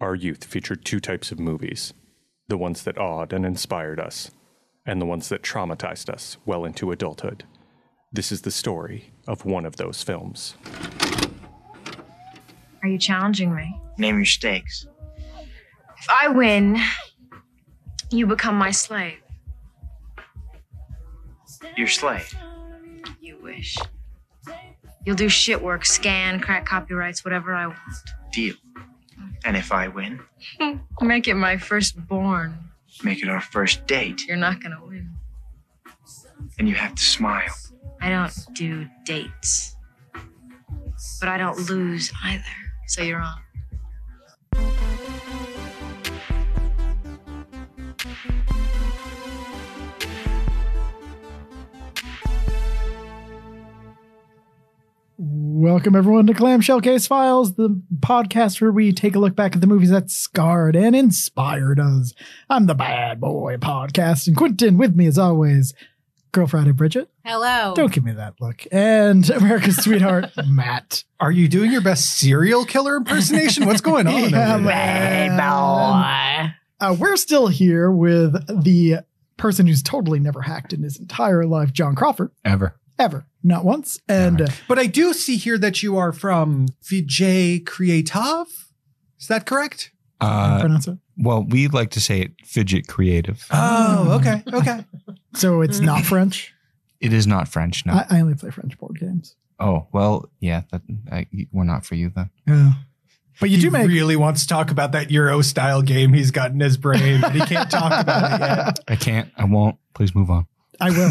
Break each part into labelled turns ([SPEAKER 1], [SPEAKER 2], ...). [SPEAKER 1] Our youth featured two types of movies the ones that awed and inspired us, and the ones that traumatized us well into adulthood. This is the story of one of those films.
[SPEAKER 2] Are you challenging me?
[SPEAKER 3] Name your stakes.
[SPEAKER 2] If I win, you become my slave.
[SPEAKER 3] Your slave.
[SPEAKER 2] You wish. You'll do shit work, scan, crack copyrights, whatever I want.
[SPEAKER 3] Deal. And if I win,
[SPEAKER 2] Make it my firstborn.
[SPEAKER 3] make it our first date,
[SPEAKER 2] You're not gonna win.
[SPEAKER 3] and you have to smile.
[SPEAKER 2] I don't do dates. But I don't lose either. So you're on.
[SPEAKER 4] Welcome everyone to Clamshell Case Files, the podcast where we take a look back at the movies that scarred and inspired us. I'm the Bad Boy Podcast, and Quentin with me as always, Girl Friday Bridget.
[SPEAKER 5] Hello.
[SPEAKER 4] Don't give me that look. And America's sweetheart Matt.
[SPEAKER 6] Are you doing your best serial killer impersonation? What's going on?
[SPEAKER 4] Yeah,
[SPEAKER 6] over there?
[SPEAKER 4] man. Uh, we're still here with the person who's totally never hacked in his entire life, John Crawford.
[SPEAKER 6] Ever.
[SPEAKER 4] Ever, not once. And uh,
[SPEAKER 6] But I do see here that you are from Vijay Creative. Is that correct?
[SPEAKER 4] how do you
[SPEAKER 7] Uh,
[SPEAKER 4] pronounce it.
[SPEAKER 7] well, we like to say it fidget creative.
[SPEAKER 6] Oh, okay. Okay.
[SPEAKER 4] So it's not French.
[SPEAKER 7] It is not French, no.
[SPEAKER 4] I, I only play French board games.
[SPEAKER 7] oh, well, yeah, that, I, we're not for you then.
[SPEAKER 4] Yeah. But you
[SPEAKER 6] he
[SPEAKER 4] do make
[SPEAKER 6] really wants to talk about that Euro style game he's got in his brain, but he can't talk about it yet.
[SPEAKER 7] I can't. I won't. Please move on.
[SPEAKER 4] I will.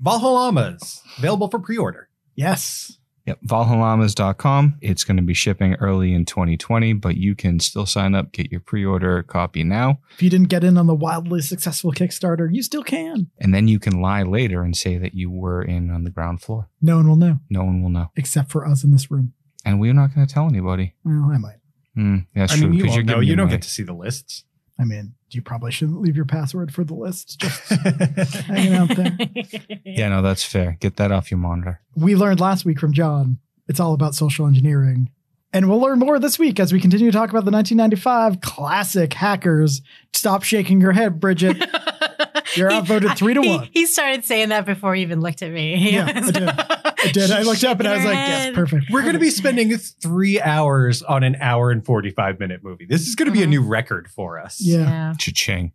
[SPEAKER 6] Valhallamas, available for pre order.
[SPEAKER 4] yes.
[SPEAKER 7] Yep, valhallamas.com. It's going to be shipping early in 2020, but you can still sign up, get your pre order copy now,
[SPEAKER 4] If you didn't get in on the wildly successful Kickstarter, you still can.
[SPEAKER 7] and then you can lie later and say that you were in on the ground floor.
[SPEAKER 4] No one will know
[SPEAKER 7] No one will know.
[SPEAKER 4] except for us in this room.
[SPEAKER 7] And we're not going to tell anybody.
[SPEAKER 4] Well, I might.
[SPEAKER 7] Hmm, that's
[SPEAKER 6] I
[SPEAKER 7] true.
[SPEAKER 6] mean, you
[SPEAKER 7] 'cause
[SPEAKER 6] all
[SPEAKER 7] you're
[SPEAKER 6] know
[SPEAKER 7] giving
[SPEAKER 6] you
[SPEAKER 7] your
[SPEAKER 6] don't
[SPEAKER 7] money.
[SPEAKER 6] get to see the lists.
[SPEAKER 4] I mean, you probably shouldn't leave your password for the list. Just hanging out there.
[SPEAKER 7] Yeah, no, that's fair. Get that off your monitor.
[SPEAKER 4] We learned last week from John. It's all about social engineering. And we'll learn more this week as we continue to talk about the 1995 classic hackers. Stop shaking your head, Bridget. You're outvoted three to
[SPEAKER 5] He-
[SPEAKER 4] one.
[SPEAKER 5] He, started saying that before he even looked at me. He
[SPEAKER 4] Yeah, I
[SPEAKER 5] was-
[SPEAKER 4] did. I did. I looked up and I was like, yes,
[SPEAKER 5] Shaking her
[SPEAKER 4] perfect.
[SPEAKER 6] We're going to be spending three hours on an hour and 45 minute movie. This is going to be a new record for us.
[SPEAKER 4] Yeah.
[SPEAKER 5] Uh-huh. Yeah.
[SPEAKER 7] Cha-ching.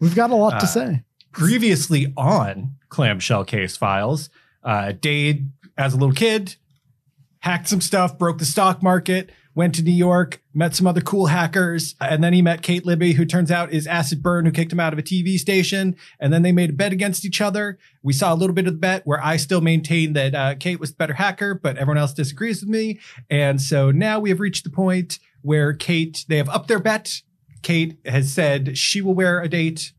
[SPEAKER 4] We've got a lot
[SPEAKER 6] Uh,
[SPEAKER 4] to say.
[SPEAKER 6] previously on clamshell case files uh dade as a little kid hacked some stuff broke the stock market went to new york met some other cool hackers and then he met kate libby who turns out is acid burn who kicked him out of a tv station and then they made a bet against each other we saw a little bit of the bet where i still maintain that uh, kate was the better hacker but everyone else disagrees with me and so now we have reached the point where kate they have upped their bet kate has said she will wear a date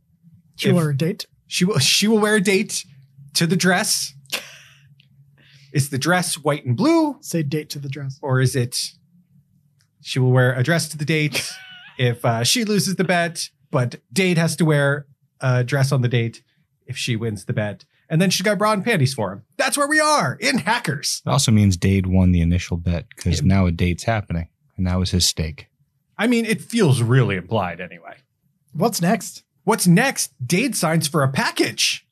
[SPEAKER 4] Sure, date.
[SPEAKER 6] she will she will wear a date to the dress. Is the dress white and blue,
[SPEAKER 4] Say date to the dress.
[SPEAKER 6] or is it she will wear a dress to the date if uh, she loses the bet, but Dade has to wear a dress on the date if she wins the bet. And then she's got bra and panties for him. That's where we are in Hackers.
[SPEAKER 7] It also means Dade won the initial bet because
[SPEAKER 6] Yeah.
[SPEAKER 7] now a date's happening, and that was his stake.
[SPEAKER 6] I mean, it feels really implied anyway.
[SPEAKER 4] What's next?
[SPEAKER 6] What's next? Dade signs for a package.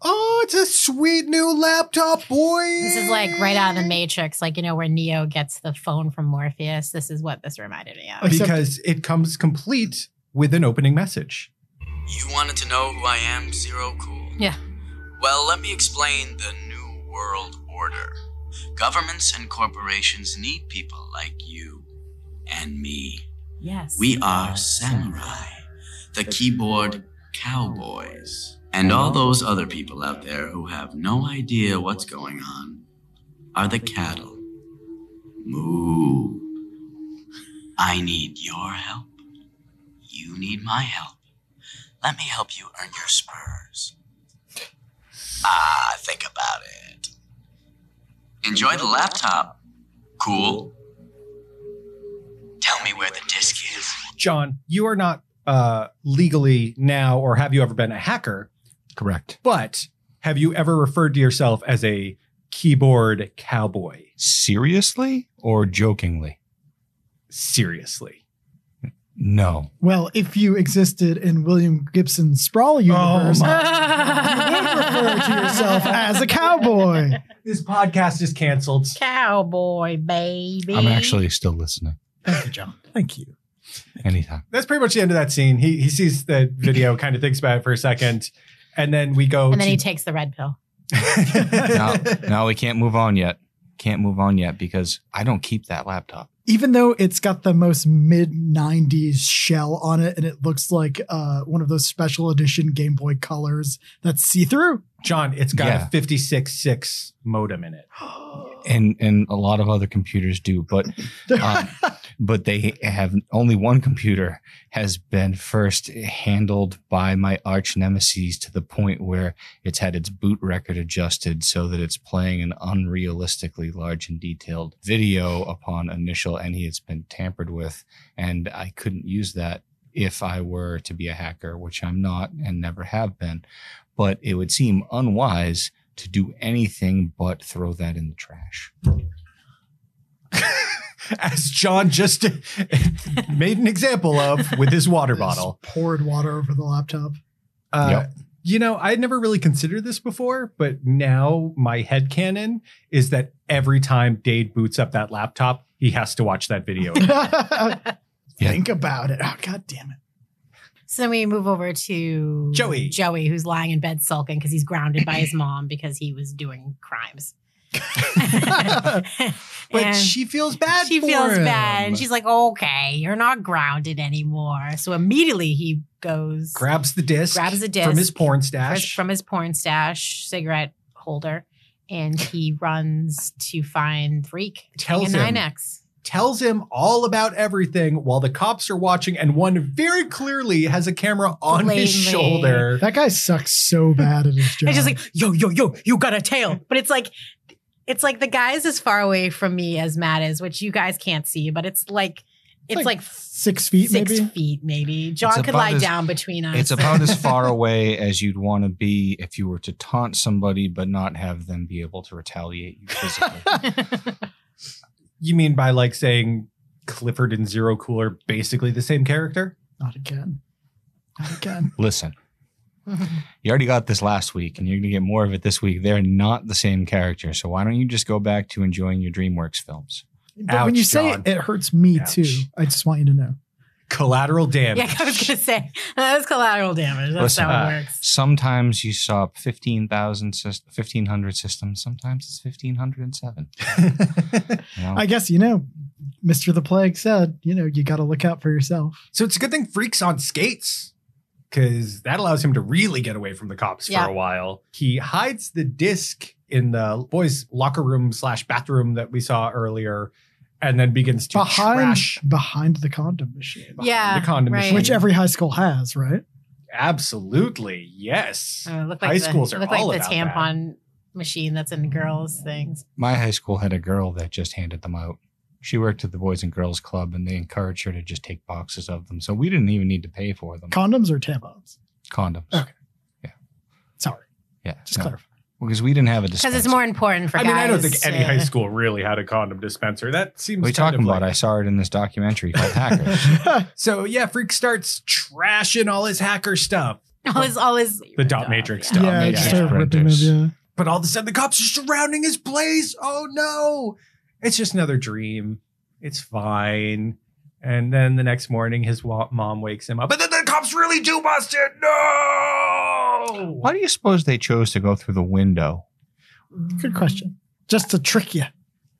[SPEAKER 6] Oh, it's a sweet new laptop, boy.
[SPEAKER 5] This is like right out of the Matrix, like, you know, where Neo gets the phone from Morpheus. This is what this reminded me of.
[SPEAKER 4] Except-
[SPEAKER 6] because it comes complete with an opening message.
[SPEAKER 8] You wanted to know who I am, Zero Cool?
[SPEAKER 5] Yeah.
[SPEAKER 8] Well, let me explain the New World Order. Governments and corporations need people like you and me.
[SPEAKER 5] Yes.
[SPEAKER 8] We are samurai, the keyboard cowboys, and all those other people out there who have no idea what's going on are the cattle. Moo. I need your help. You need my help. Let me help you earn your spurs. Ah, think about it. Enjoy the laptop. Cool. Tell me where the disk is.
[SPEAKER 6] John, you are not uh, legally now, or have you ever been a hacker?
[SPEAKER 7] Correct.
[SPEAKER 6] But have you ever referred to yourself as a keyboard cowboy?
[SPEAKER 7] Seriously or jokingly?
[SPEAKER 6] seriously.
[SPEAKER 7] No.
[SPEAKER 4] Well, if you existed in William Gibson's
[SPEAKER 6] Oh
[SPEAKER 4] Sprawl universe, you would refer to yourself as a cowboy.
[SPEAKER 6] This podcast is canceled.
[SPEAKER 5] Cowboy, baby.
[SPEAKER 7] I'm actually still listening.
[SPEAKER 4] Thank you, John. Thank you.
[SPEAKER 7] Anytime.
[SPEAKER 6] That's pretty much the end of that scene. He he sees the video, kind of thinks about it for a second, and then we go.
[SPEAKER 5] And then
[SPEAKER 6] to-
[SPEAKER 5] he takes the red pill.
[SPEAKER 7] No, no, we can't move on yet. Can't move on yet because I don't keep that laptop.
[SPEAKER 4] Even though it's got the most mid 90s shell on it and it looks like uh, one of those special edition Game Boy colors that's see through.
[SPEAKER 6] John, it's got
[SPEAKER 7] Yeah.
[SPEAKER 6] a 56.6 modem in it.
[SPEAKER 7] And and a lot of other computers do, but um, but they have only one computer has been first handled by my arch nemesis to the point where it's had its boot record adjusted so that it's playing an unrealistically large and detailed video upon initial and it's been tampered with and i couldn't use that if i were to be a hacker which i'm not and never have been but it would seem unwise to do anything but throw that in the trash
[SPEAKER 6] As John just made an example of with his water bottle.
[SPEAKER 4] Just poured water over the laptop.
[SPEAKER 6] Uh, You know, I had never really considered this before, but now my headcanon is that every time Dade boots up that laptop, he has to watch that video.
[SPEAKER 4] Think about it. Oh, God damn it.
[SPEAKER 5] So then we move over to
[SPEAKER 6] Joey.
[SPEAKER 5] Joey, who's lying in bed sulking because he's grounded by his mom because he was doing crimes.
[SPEAKER 6] but
[SPEAKER 5] And
[SPEAKER 6] she feels bad.
[SPEAKER 5] she
[SPEAKER 6] for
[SPEAKER 5] feels
[SPEAKER 6] him.
[SPEAKER 5] bad. And she's like, okay, you're not grounded anymore. So immediately he goes,
[SPEAKER 6] grabs the disc,
[SPEAKER 5] grabs a disc
[SPEAKER 6] from his porn
[SPEAKER 5] Chris
[SPEAKER 6] stash.
[SPEAKER 5] from his porn stash cigarette holder and he runs to find Reek
[SPEAKER 6] Tells
[SPEAKER 5] and
[SPEAKER 6] him.
[SPEAKER 5] 9X.
[SPEAKER 6] tells him all about everything while the cops are watching, and one very clearly has a camera on
[SPEAKER 5] Blatantly.
[SPEAKER 6] his shoulder.
[SPEAKER 4] That guy sucks so bad at his job.
[SPEAKER 5] And she's like, yo, yo, yo, you got a tail. But it's like, it's like the guy's as far away from me as Matt is, which you guys can't see, but it's like, it's
[SPEAKER 4] like
[SPEAKER 5] like,
[SPEAKER 4] six feet,
[SPEAKER 5] six
[SPEAKER 4] maybe?
[SPEAKER 5] feet, maybe. John could
[SPEAKER 7] about
[SPEAKER 5] lie
[SPEAKER 7] as-
[SPEAKER 5] down between us.
[SPEAKER 7] It's about as far away as you'd want to be if you were to taunt somebody but not have them be able to retaliate you physically.
[SPEAKER 6] You mean by like saying Clifford and Zero Cool are basically the same character?
[SPEAKER 4] Not again. Not again.
[SPEAKER 7] Listen, you already got this last week and you're going to get more of it this week. They're not the same character. So why don't you just go back to enjoying your DreamWorks films?
[SPEAKER 4] But when you
[SPEAKER 6] Ouch,
[SPEAKER 4] say
[SPEAKER 6] John.
[SPEAKER 4] it, it hurts me
[SPEAKER 6] Ouch.
[SPEAKER 4] too. I just want you to know.
[SPEAKER 6] Collateral damage.
[SPEAKER 5] yeah, I was going to say, that was collateral damage. That's
[SPEAKER 7] Listen,
[SPEAKER 5] how it
[SPEAKER 6] uh,
[SPEAKER 5] works.
[SPEAKER 7] Sometimes you stop 15,000, sys- 1,500 systems. Sometimes it's 1,507. You know?
[SPEAKER 4] I guess, you know, Mr. the Plague said, you know, you got to look out for yourself.
[SPEAKER 6] So it's a good thing Freak's on skates because that allows him to really get away from the cops
[SPEAKER 5] Yeah.
[SPEAKER 6] for a while. He hides the disc in the boys' locker room slash bathroom that we saw earlier and then begins to
[SPEAKER 4] Behind
[SPEAKER 6] trash
[SPEAKER 4] behind the condom machine,
[SPEAKER 6] behind
[SPEAKER 5] Yeah,
[SPEAKER 6] the condom
[SPEAKER 5] right.
[SPEAKER 6] machine.
[SPEAKER 4] which every high school has, right?
[SPEAKER 6] Absolutely, yes.
[SPEAKER 5] Uh, look
[SPEAKER 6] high
[SPEAKER 5] like the,
[SPEAKER 6] schools are
[SPEAKER 5] look
[SPEAKER 6] all
[SPEAKER 5] like the
[SPEAKER 6] about that.
[SPEAKER 5] tampon machine that's in girls' things.
[SPEAKER 7] My high school had a girl that just handed them out. She worked at the Boys and Girls Club and they encouraged her to just take boxes of them. So we didn't even need to pay for them.
[SPEAKER 4] Condoms or tampons?
[SPEAKER 7] Condoms.
[SPEAKER 4] Okay.
[SPEAKER 7] Yeah.
[SPEAKER 4] Sorry.
[SPEAKER 7] Yeah.
[SPEAKER 4] Just
[SPEAKER 7] no.
[SPEAKER 4] clarify.
[SPEAKER 7] Because we didn't have a
[SPEAKER 5] Because
[SPEAKER 7] dispenser.
[SPEAKER 5] it's more important for
[SPEAKER 6] I
[SPEAKER 5] guys. uh,
[SPEAKER 6] mean, I don't think any
[SPEAKER 5] to-
[SPEAKER 6] high school really had a condom dispenser. That seems
[SPEAKER 7] What are you
[SPEAKER 6] kind
[SPEAKER 7] talking
[SPEAKER 6] of
[SPEAKER 7] about?
[SPEAKER 6] like-
[SPEAKER 7] I saw it in this documentary called Hackers.
[SPEAKER 6] So yeah, Freak starts trashing all his hacker stuff.
[SPEAKER 5] All his, all his
[SPEAKER 6] The dot matrix
[SPEAKER 5] yeah.
[SPEAKER 6] stuff.
[SPEAKER 4] yeah,
[SPEAKER 6] yeah,
[SPEAKER 4] just
[SPEAKER 6] yeah.
[SPEAKER 4] started ripping them.
[SPEAKER 7] Printers.
[SPEAKER 4] Yeah.
[SPEAKER 6] But all of a sudden, the cops are surrounding his place. Oh no! It's just another dream. It's fine. And then the next morning, his wa- mom wakes him up. But then the cops really do bust it. No.
[SPEAKER 7] Why do you suppose they chose to go through the window?
[SPEAKER 5] Mm.
[SPEAKER 4] Good question. Just to trick you.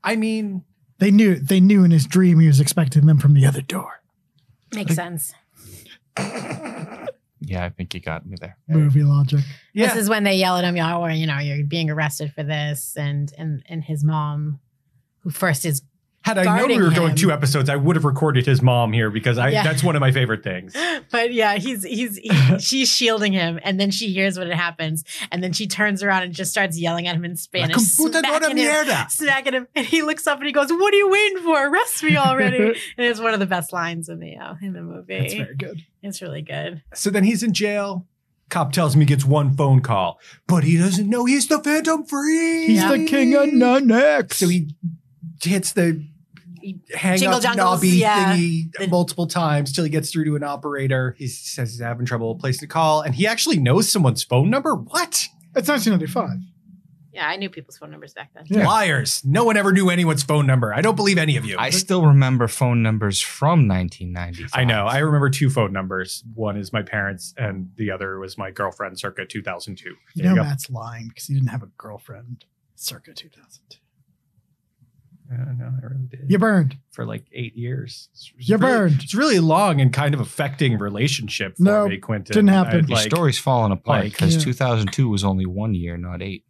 [SPEAKER 6] I mean,
[SPEAKER 4] They knew they knew in his dream he was expecting them from the other door.
[SPEAKER 5] Makes sense.
[SPEAKER 7] Yeah, I think you got me there.
[SPEAKER 4] Movie logic.
[SPEAKER 6] yeah.
[SPEAKER 5] This is when they yell at him, y'all, or you know, you're being arrested for this, and and and his mom, who first is
[SPEAKER 6] Had I known we were
[SPEAKER 5] guarding
[SPEAKER 6] going
[SPEAKER 5] him.
[SPEAKER 6] two episodes, I would have recorded his mom here because I
[SPEAKER 5] Yeah.
[SPEAKER 6] that's one of my favorite things.
[SPEAKER 5] But yeah, he's he's he, she's shielding him, and then she hears what it happens, and then she turns around and just starts yelling at him in Spanish, smacking him, smacking him, and he looks up and he goes, "What are you waiting for? Arrest me already!" and it's one of the best lines in the uh, in the movie.
[SPEAKER 4] That's very good.
[SPEAKER 5] It's really good.
[SPEAKER 6] So then he's in jail. Cop tells him he gets one phone call, but he doesn't know he's the Phantom Free.
[SPEAKER 4] He's the king of none X.
[SPEAKER 6] So he hits the hang
[SPEAKER 5] Jingle
[SPEAKER 6] up
[SPEAKER 5] jangles,
[SPEAKER 6] knobby
[SPEAKER 5] yeah.
[SPEAKER 6] thingy
[SPEAKER 5] The-
[SPEAKER 6] multiple times till he gets through to an operator. He says he's having trouble placing a call, and he actually knows someone's phone number. What?
[SPEAKER 4] It's 1995.
[SPEAKER 5] Yeah, I knew people's phone numbers back then.
[SPEAKER 4] Yeah.
[SPEAKER 6] Liars! No one ever knew anyone's phone number. I don't believe any of you.
[SPEAKER 7] I still remember phone numbers from 1995.
[SPEAKER 6] I know. I remember two phone numbers. One is my parents, and the other was my girlfriend, circa 2002.
[SPEAKER 4] You
[SPEAKER 6] There you
[SPEAKER 4] know
[SPEAKER 6] go.
[SPEAKER 4] Matt's lying because he didn't have a girlfriend circa 2002.
[SPEAKER 6] Uh, no, I really did.
[SPEAKER 4] You burned.
[SPEAKER 6] for like eight years. It's
[SPEAKER 4] You
[SPEAKER 6] really-
[SPEAKER 4] burned.
[SPEAKER 6] It's really long and kind of affecting relationship for
[SPEAKER 4] No,
[SPEAKER 6] me, Quentin.
[SPEAKER 4] didn't happen.
[SPEAKER 6] I'd
[SPEAKER 7] Your story's falling apart
[SPEAKER 6] like-
[SPEAKER 7] because
[SPEAKER 4] Yeah.
[SPEAKER 7] 2002 was only one year, not eight.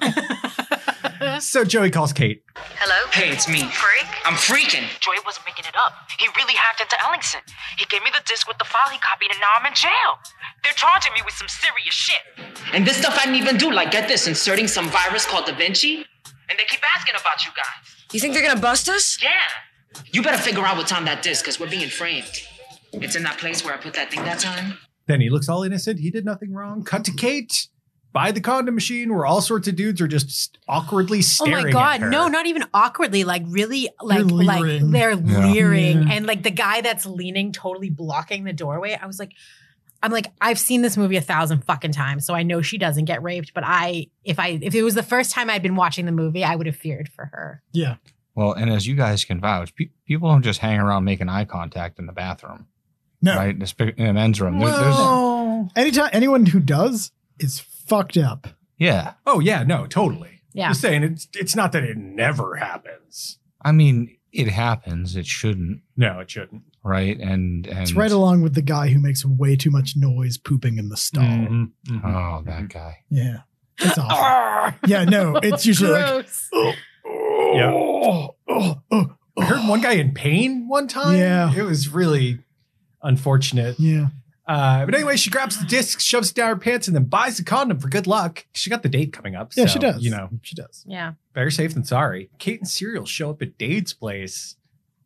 [SPEAKER 6] so Joey calls Kate.
[SPEAKER 9] Hello?
[SPEAKER 3] Hey, it's me.
[SPEAKER 9] Freak?
[SPEAKER 3] I'm freaking.
[SPEAKER 9] Joy wasn't making it up. He really hacked into Ellingson. He gave me the disc with the file he copied, and now I'm in jail. They're charging me with some serious shit. And this stuff I didn't even do, like, get this, inserting some virus called Da Vinci. And they keep asking about you guys.
[SPEAKER 10] You think they're gonna bust us?
[SPEAKER 9] Yeah. You better figure out what time that disc, because we're being framed. It's in that place where I put that thing that time.
[SPEAKER 6] Then he looks all innocent. He did nothing wrong. Cut to Kate by the condom machine where all sorts of dudes are just awkwardly
[SPEAKER 5] Oh
[SPEAKER 6] staring
[SPEAKER 5] my
[SPEAKER 6] at
[SPEAKER 5] god,
[SPEAKER 6] her.
[SPEAKER 5] no, not even awkwardly, like really like
[SPEAKER 4] They're
[SPEAKER 5] like
[SPEAKER 4] leering.
[SPEAKER 5] they're
[SPEAKER 7] Yeah.
[SPEAKER 5] leering
[SPEAKER 4] Yeah.
[SPEAKER 5] and like the guy that's leaning totally blocking the doorway. I was like I'm like I've seen this movie a thousand fucking times, so I know she doesn't get raped, but I if I if it was the first time I'd been watching the movie, I would have feared for her.
[SPEAKER 4] Yeah.
[SPEAKER 7] Well, and as you guys can vouch, pe- people don't just hang around making eye contact in the bathroom,
[SPEAKER 4] No.
[SPEAKER 7] right? Espe- In a men's room. There- there's-
[SPEAKER 6] No.
[SPEAKER 4] Anytime anyone who does is fucked up.
[SPEAKER 7] yeah.
[SPEAKER 6] Oh yeah, no, totally.
[SPEAKER 5] Yeah.
[SPEAKER 6] Just saying it's it's not that it never happens.
[SPEAKER 7] I mean, it happens. It shouldn't,
[SPEAKER 6] No, it shouldn't.
[SPEAKER 7] right? And and
[SPEAKER 4] It's right along with the guy who makes way too much noise pooping in the stall.
[SPEAKER 6] Mhm, mhm.
[SPEAKER 7] Oh, that guy.
[SPEAKER 4] Yeah. It's awful. yeah, no, it's usually like,
[SPEAKER 5] Gross.
[SPEAKER 6] Yeah.
[SPEAKER 4] oh, oh, oh,
[SPEAKER 6] I heard one guy in pain one time.
[SPEAKER 4] Yeah.
[SPEAKER 6] It was really unfortunate.
[SPEAKER 4] yeah.
[SPEAKER 6] Uh, but anyway, she grabs the disc, shoves it down her pants, and then buys the condom for good luck. She got the date coming up.
[SPEAKER 4] Yeah,
[SPEAKER 6] so,
[SPEAKER 4] she does.
[SPEAKER 6] You know,
[SPEAKER 4] she does.
[SPEAKER 5] Yeah.
[SPEAKER 6] better safe than sorry. Kate and Serial show up at Dade's place.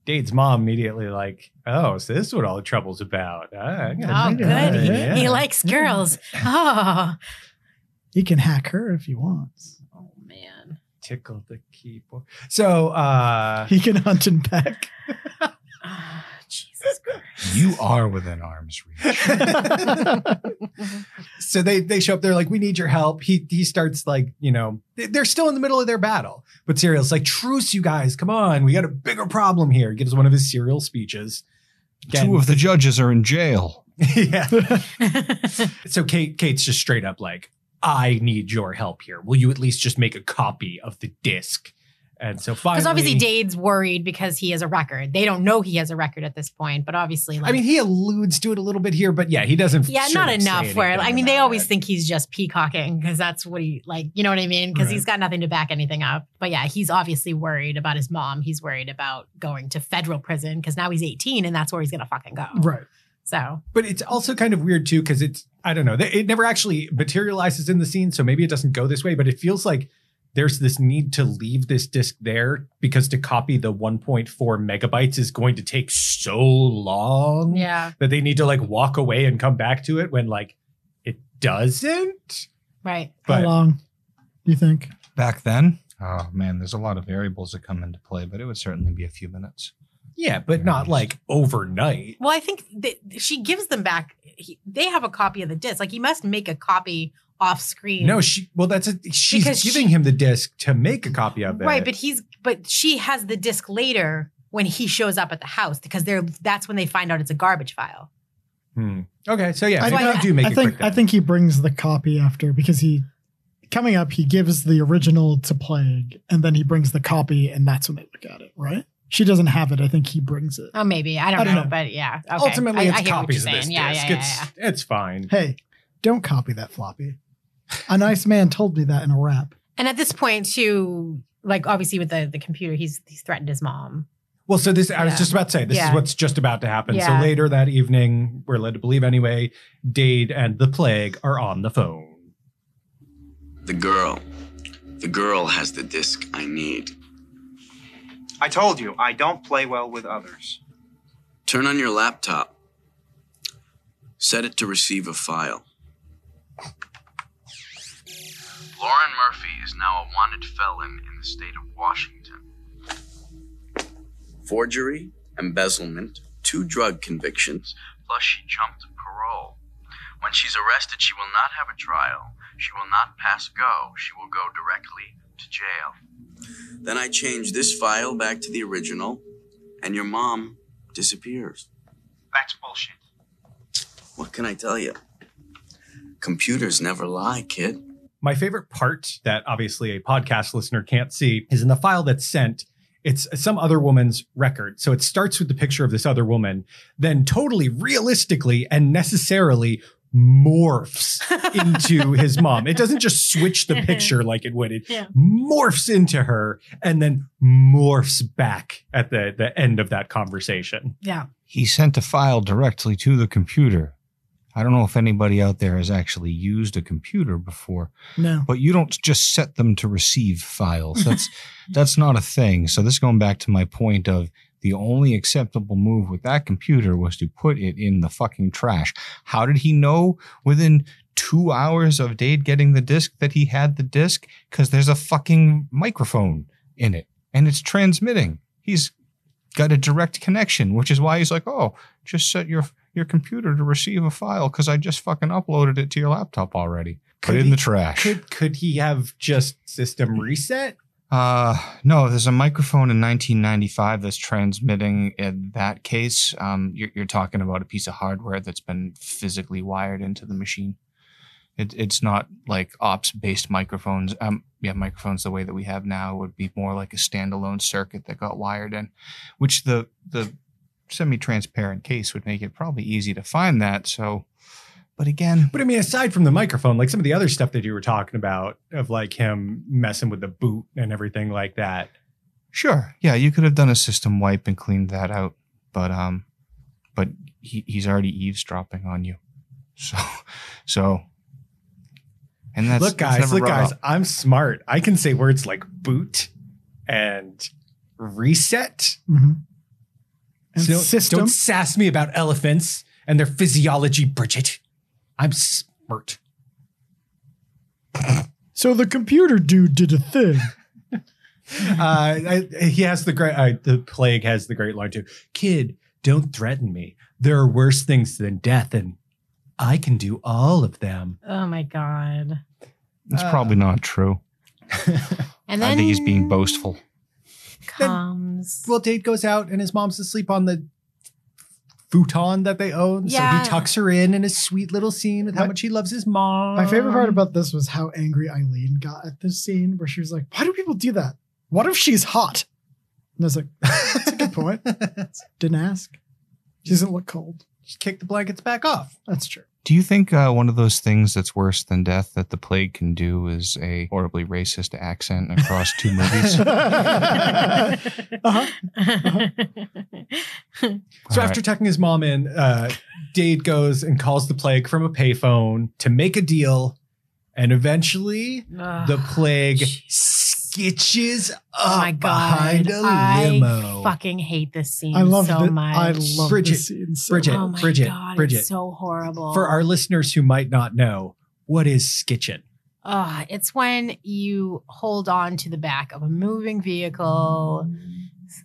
[SPEAKER 6] Dade's mom immediately like, oh, so this is what all the trouble's about. Ah, I gotta
[SPEAKER 5] Oh,
[SPEAKER 6] check
[SPEAKER 5] good.
[SPEAKER 6] it out."
[SPEAKER 5] He,
[SPEAKER 6] Yeah.
[SPEAKER 5] he likes girls. Oh,
[SPEAKER 4] He can hack her if he wants.
[SPEAKER 5] oh man.
[SPEAKER 6] tickle the keyboard. So uh,
[SPEAKER 4] He can hunt and peck.
[SPEAKER 5] Oh, Jesus Christ.
[SPEAKER 7] You are within arm's reach.
[SPEAKER 6] so they they show up. They're like, "We need your help." He he starts like, you know, they- they're still in the middle of their battle. But Serial's like, "Truce, you guys! Come on, we got a bigger problem here." He gives one of his serial speeches. Again-
[SPEAKER 7] Two of the judges are in jail.
[SPEAKER 6] yeah. so Kate Kate's just straight up like, "I need your help here. Will you at least just make a copy of the disc?" And so finally,
[SPEAKER 5] Because obviously Dade's worried because he has a record. They don't know he has a record at this point, but obviously, like,
[SPEAKER 6] I mean, he alludes to it a little bit here, but yeah, he doesn't.
[SPEAKER 5] yeah,
[SPEAKER 6] sort
[SPEAKER 5] not
[SPEAKER 6] of say
[SPEAKER 5] enough. Where
[SPEAKER 6] anything
[SPEAKER 5] I mean, they
[SPEAKER 6] about
[SPEAKER 5] always
[SPEAKER 6] it.
[SPEAKER 5] think he's just peacocking because that's what he like. You know what I mean? Because
[SPEAKER 6] Right.
[SPEAKER 5] he's got nothing to back anything up. But yeah, he's obviously worried about his mom. He's worried about going to federal prison because now he's 18 and that's where he's gonna fucking go.
[SPEAKER 4] Right.
[SPEAKER 5] So
[SPEAKER 6] But it's also kind of weird too because it's I don't know they- it never actually materializes in the scene, so maybe it doesn't go this way. But it feels like there's this need to leave this disc there because to copy the 1.4 megabytes is going to take so long
[SPEAKER 5] yeah,
[SPEAKER 6] that they need to like walk away and come back to it when like it doesn't.
[SPEAKER 5] right.
[SPEAKER 4] How
[SPEAKER 6] But
[SPEAKER 4] long do you think?
[SPEAKER 7] Back then, oh man, there's a lot of variables that come into play, but it would certainly be a few minutes.
[SPEAKER 6] yeah, but not like overnight.
[SPEAKER 5] Well, I think that she gives them back. He, they have a copy of the disc. Like he must make a copy off screen.
[SPEAKER 6] No, she well that's a, she's
[SPEAKER 5] Because
[SPEAKER 6] giving him the disc to make a copy of it.
[SPEAKER 5] Right, but he's but she has the disc later when he shows up at the house because they're that's when they find out it's a garbage file.
[SPEAKER 6] Hmm. okay, so yeah,
[SPEAKER 4] I-
[SPEAKER 6] maybe
[SPEAKER 5] I-
[SPEAKER 6] I do make
[SPEAKER 4] I
[SPEAKER 6] it
[SPEAKER 4] think
[SPEAKER 6] quick
[SPEAKER 4] I
[SPEAKER 6] then.
[SPEAKER 4] think he brings the copy after because he coming up he gives the original to Plague and then he brings the copy and that's when they look at it, right? She doesn't have it. I think he brings it.
[SPEAKER 5] Oh, maybe I don't,
[SPEAKER 4] I don't
[SPEAKER 5] know,
[SPEAKER 4] know.
[SPEAKER 5] but yeah. Okay.
[SPEAKER 6] Ultimately,
[SPEAKER 5] I,
[SPEAKER 6] it's
[SPEAKER 5] I hear what
[SPEAKER 6] copies of
[SPEAKER 5] you're
[SPEAKER 6] this
[SPEAKER 5] saying. Yeah,
[SPEAKER 6] disc.
[SPEAKER 5] yeah, yeah, yeah.
[SPEAKER 6] it's it's fine.
[SPEAKER 4] Hey, don't copy that floppy. A nice man told me that in a rap.
[SPEAKER 5] And at this point, too, like obviously with the the computer, he's he's threatened his mom.
[SPEAKER 6] Well, so this I was
[SPEAKER 5] Yeah.
[SPEAKER 6] just about to say this
[SPEAKER 5] Yeah.
[SPEAKER 6] is what's just about to happen.
[SPEAKER 5] Yeah.
[SPEAKER 6] So later that evening, we're led to believe anyway, Dade and the plague are on the phone.
[SPEAKER 8] The girl. The girl has the disc I need.
[SPEAKER 3] I told you, I don't play well with others.
[SPEAKER 8] Turn on your laptop. Set it to receive a file. Lauren Murphy is now a wanted felon in the state of Washington. forgery, embezzlement, two drug convictions. Plus, she jumped parole. When she's arrested, she will not have a trial. She will not pass go. She will go directly to jail. Then I change this file back to the original, and your mom disappears.
[SPEAKER 3] That's bullshit.
[SPEAKER 8] What can I tell you? Computers never lie, kid.
[SPEAKER 6] My favorite part that obviously a podcast listener can't see is in the file that's sent. It's some other woman's record. So it starts with the picture of this other woman, then totally realistically and necessarily morphs into his mom. It doesn't just switch the picture like it would. It
[SPEAKER 5] Yeah.
[SPEAKER 6] morphs into her and then morphs back at the, the end of that conversation.
[SPEAKER 5] Yeah.
[SPEAKER 7] He sent a file directly to the computer. I don't know if anybody out there has actually used a computer before,
[SPEAKER 4] No.
[SPEAKER 7] but you don't just set them to receive files. That's that's not a thing. So this is going back to my point of the only acceptable move with that computer was to put it in the fucking trash. How did he know within two hours of Dade getting the disc that he had the disc? Because there's a fucking microphone in it and it's transmitting. He's got a direct connection, which is why he's like, oh, just set your your computer to receive a file because I just fucking uploaded it to your laptop already. Put
[SPEAKER 6] Could
[SPEAKER 7] it in the
[SPEAKER 6] he-
[SPEAKER 7] trash.
[SPEAKER 6] Could could he have just system reset?
[SPEAKER 7] Uh, no, there's a microphone in 1995 that's transmitting. In that case, um, you're, you're talking about a piece of hardware that's been physically wired into the machine. It, it's not like ops-based microphones. Um, yeah, microphones the way that we have now would be more like a standalone circuit that got wired in, which the the semi-transparent case would make it probably easy to find that. So, but again,
[SPEAKER 6] But I mean, aside from the microphone, like some of the other stuff that you were talking about of like him messing with the boot and everything like that.
[SPEAKER 7] Sure. Yeah, you could have done a system wipe and cleaned that out, but um, but he, he's already eavesdropping on you. So, so, and that's
[SPEAKER 6] look,
[SPEAKER 7] that's
[SPEAKER 6] guys,
[SPEAKER 7] never
[SPEAKER 6] look,
[SPEAKER 7] brought
[SPEAKER 6] guys,
[SPEAKER 7] up.
[SPEAKER 6] I'm smart. I can say words like boot and reset.
[SPEAKER 4] Mhm. And
[SPEAKER 6] So don't-
[SPEAKER 4] system.
[SPEAKER 6] Don't sass me about elephants and their physiology, Bridget. I'm smart.
[SPEAKER 4] so the computer dude did a thing.
[SPEAKER 6] uh, I, he has the great. Uh, the plague has the great line too. Kid, don't threaten me. There are worse things than death, and I can do all of them.
[SPEAKER 5] Oh my god.
[SPEAKER 7] That's
[SPEAKER 6] uh,
[SPEAKER 7] probably not true.
[SPEAKER 5] And then
[SPEAKER 7] I think he's being boastful.
[SPEAKER 5] Comes.
[SPEAKER 6] Well, Dade goes out, and his mom's asleep on the futon that they own. So
[SPEAKER 5] Yeah.
[SPEAKER 6] he tucks her in in a sweet little scene with how
[SPEAKER 4] My-
[SPEAKER 6] much he loves his mom.
[SPEAKER 4] My favorite part about this was how angry Eileen got at this scene where she was like, Why do people do that? What if she's hot? And I was like, That's a good point. Didn't ask. She doesn't look cold.
[SPEAKER 6] Just kick the blankets back off.
[SPEAKER 4] That's true.
[SPEAKER 7] Do you think uh, one of those things that's worse than death that the plague can do is a horribly racist accent across two movies? All
[SPEAKER 4] Uh-huh.
[SPEAKER 6] So
[SPEAKER 7] right.
[SPEAKER 6] after tucking his mom in, uh, Dade goes and calls the plague from a payphone to make a deal, and eventually the plague skitches up
[SPEAKER 5] Oh my god.
[SPEAKER 6] behind a
[SPEAKER 5] I
[SPEAKER 6] limo.
[SPEAKER 5] fucking hate this scene
[SPEAKER 4] I love
[SPEAKER 5] so
[SPEAKER 4] the,
[SPEAKER 5] much.
[SPEAKER 4] I love
[SPEAKER 6] Bridget,
[SPEAKER 4] this scene so
[SPEAKER 6] Bridget,
[SPEAKER 5] Oh my
[SPEAKER 6] Bridget,
[SPEAKER 5] god,
[SPEAKER 6] Bridget.
[SPEAKER 5] It's so horrible.
[SPEAKER 6] For our listeners who might not know, what is skitching?
[SPEAKER 5] Ah, it's when you hold on to the back of a moving vehicle.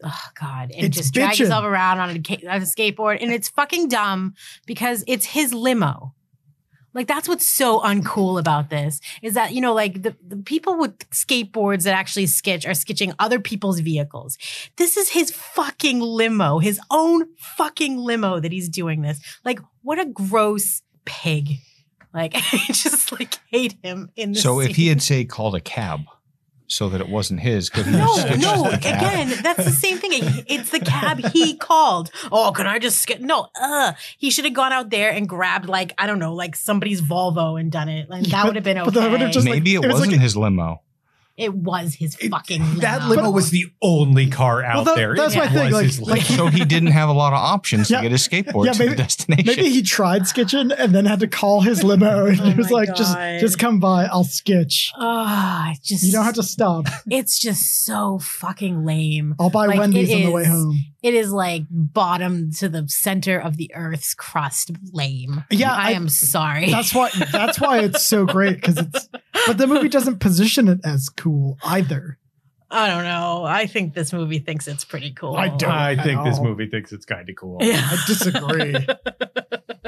[SPEAKER 5] Oh God! And
[SPEAKER 4] Mm. It's
[SPEAKER 5] just drag
[SPEAKER 4] bitchin'.
[SPEAKER 5] yourself around on a, ca- on a skateboard, and it's fucking dumb because it's his limo. Like that's what's so uncool about this is that you know, like the, the people with skateboards that actually sketch are sketching other people's vehicles. This is his fucking limo, his own fucking limo that he's doing this. Like, what a gross pig! Like, I just like hate him in this.
[SPEAKER 7] so, if he
[SPEAKER 5] scene.
[SPEAKER 7] had say called a cab, so that it wasn't his, could he have
[SPEAKER 5] No,
[SPEAKER 7] sketched
[SPEAKER 5] no.
[SPEAKER 7] the cab?
[SPEAKER 5] Again, that's the same thing. It's the cab he called. Oh, can I just skip? No, uh, he should have gone out there and grabbed like I don't know, like somebody's Volvo and done it, and
[SPEAKER 4] Yeah,
[SPEAKER 5] that would have been okay.
[SPEAKER 4] but that would have just- like-
[SPEAKER 7] Maybe
[SPEAKER 4] it
[SPEAKER 7] it
[SPEAKER 4] was like
[SPEAKER 7] wasn't
[SPEAKER 4] a-
[SPEAKER 7] his limo.
[SPEAKER 5] it was his fucking limo.
[SPEAKER 6] That limo was the only car out
[SPEAKER 4] that-
[SPEAKER 6] there.
[SPEAKER 4] that's
[SPEAKER 6] It
[SPEAKER 5] my
[SPEAKER 4] thing,
[SPEAKER 6] was
[SPEAKER 4] like-
[SPEAKER 6] his
[SPEAKER 4] like,
[SPEAKER 6] limo.
[SPEAKER 7] so he didn't have a lot of options
[SPEAKER 4] Yeah.
[SPEAKER 7] to get his skateboard
[SPEAKER 4] Yeah,
[SPEAKER 7] to
[SPEAKER 4] maybe-
[SPEAKER 7] the destination.
[SPEAKER 4] Maybe he tried sketching and then had to call his limo and
[SPEAKER 5] Oh
[SPEAKER 4] he was
[SPEAKER 5] my
[SPEAKER 4] like, just
[SPEAKER 5] God.
[SPEAKER 4] just come by, I'll sketch.
[SPEAKER 5] Ah, it's just
[SPEAKER 4] You don't have to stop.
[SPEAKER 5] It's just so fucking lame.
[SPEAKER 4] I'll buy
[SPEAKER 5] Like,
[SPEAKER 4] Wendy's
[SPEAKER 5] it
[SPEAKER 4] on the way
[SPEAKER 5] is-
[SPEAKER 4] home.
[SPEAKER 5] It is like bottom to the center of the earth's crust. Lame.
[SPEAKER 4] Yeah,
[SPEAKER 5] I,
[SPEAKER 4] I-
[SPEAKER 5] am sorry.
[SPEAKER 4] That's why that's why it's so great because it's but the movie doesn't position it as cool either.
[SPEAKER 5] I don't know. I think this movie thinks it's pretty cool.
[SPEAKER 4] I don't.
[SPEAKER 6] I
[SPEAKER 4] at
[SPEAKER 6] think this
[SPEAKER 4] all.
[SPEAKER 6] movie thinks it's kind of cool.
[SPEAKER 5] Yeah.
[SPEAKER 4] I disagree.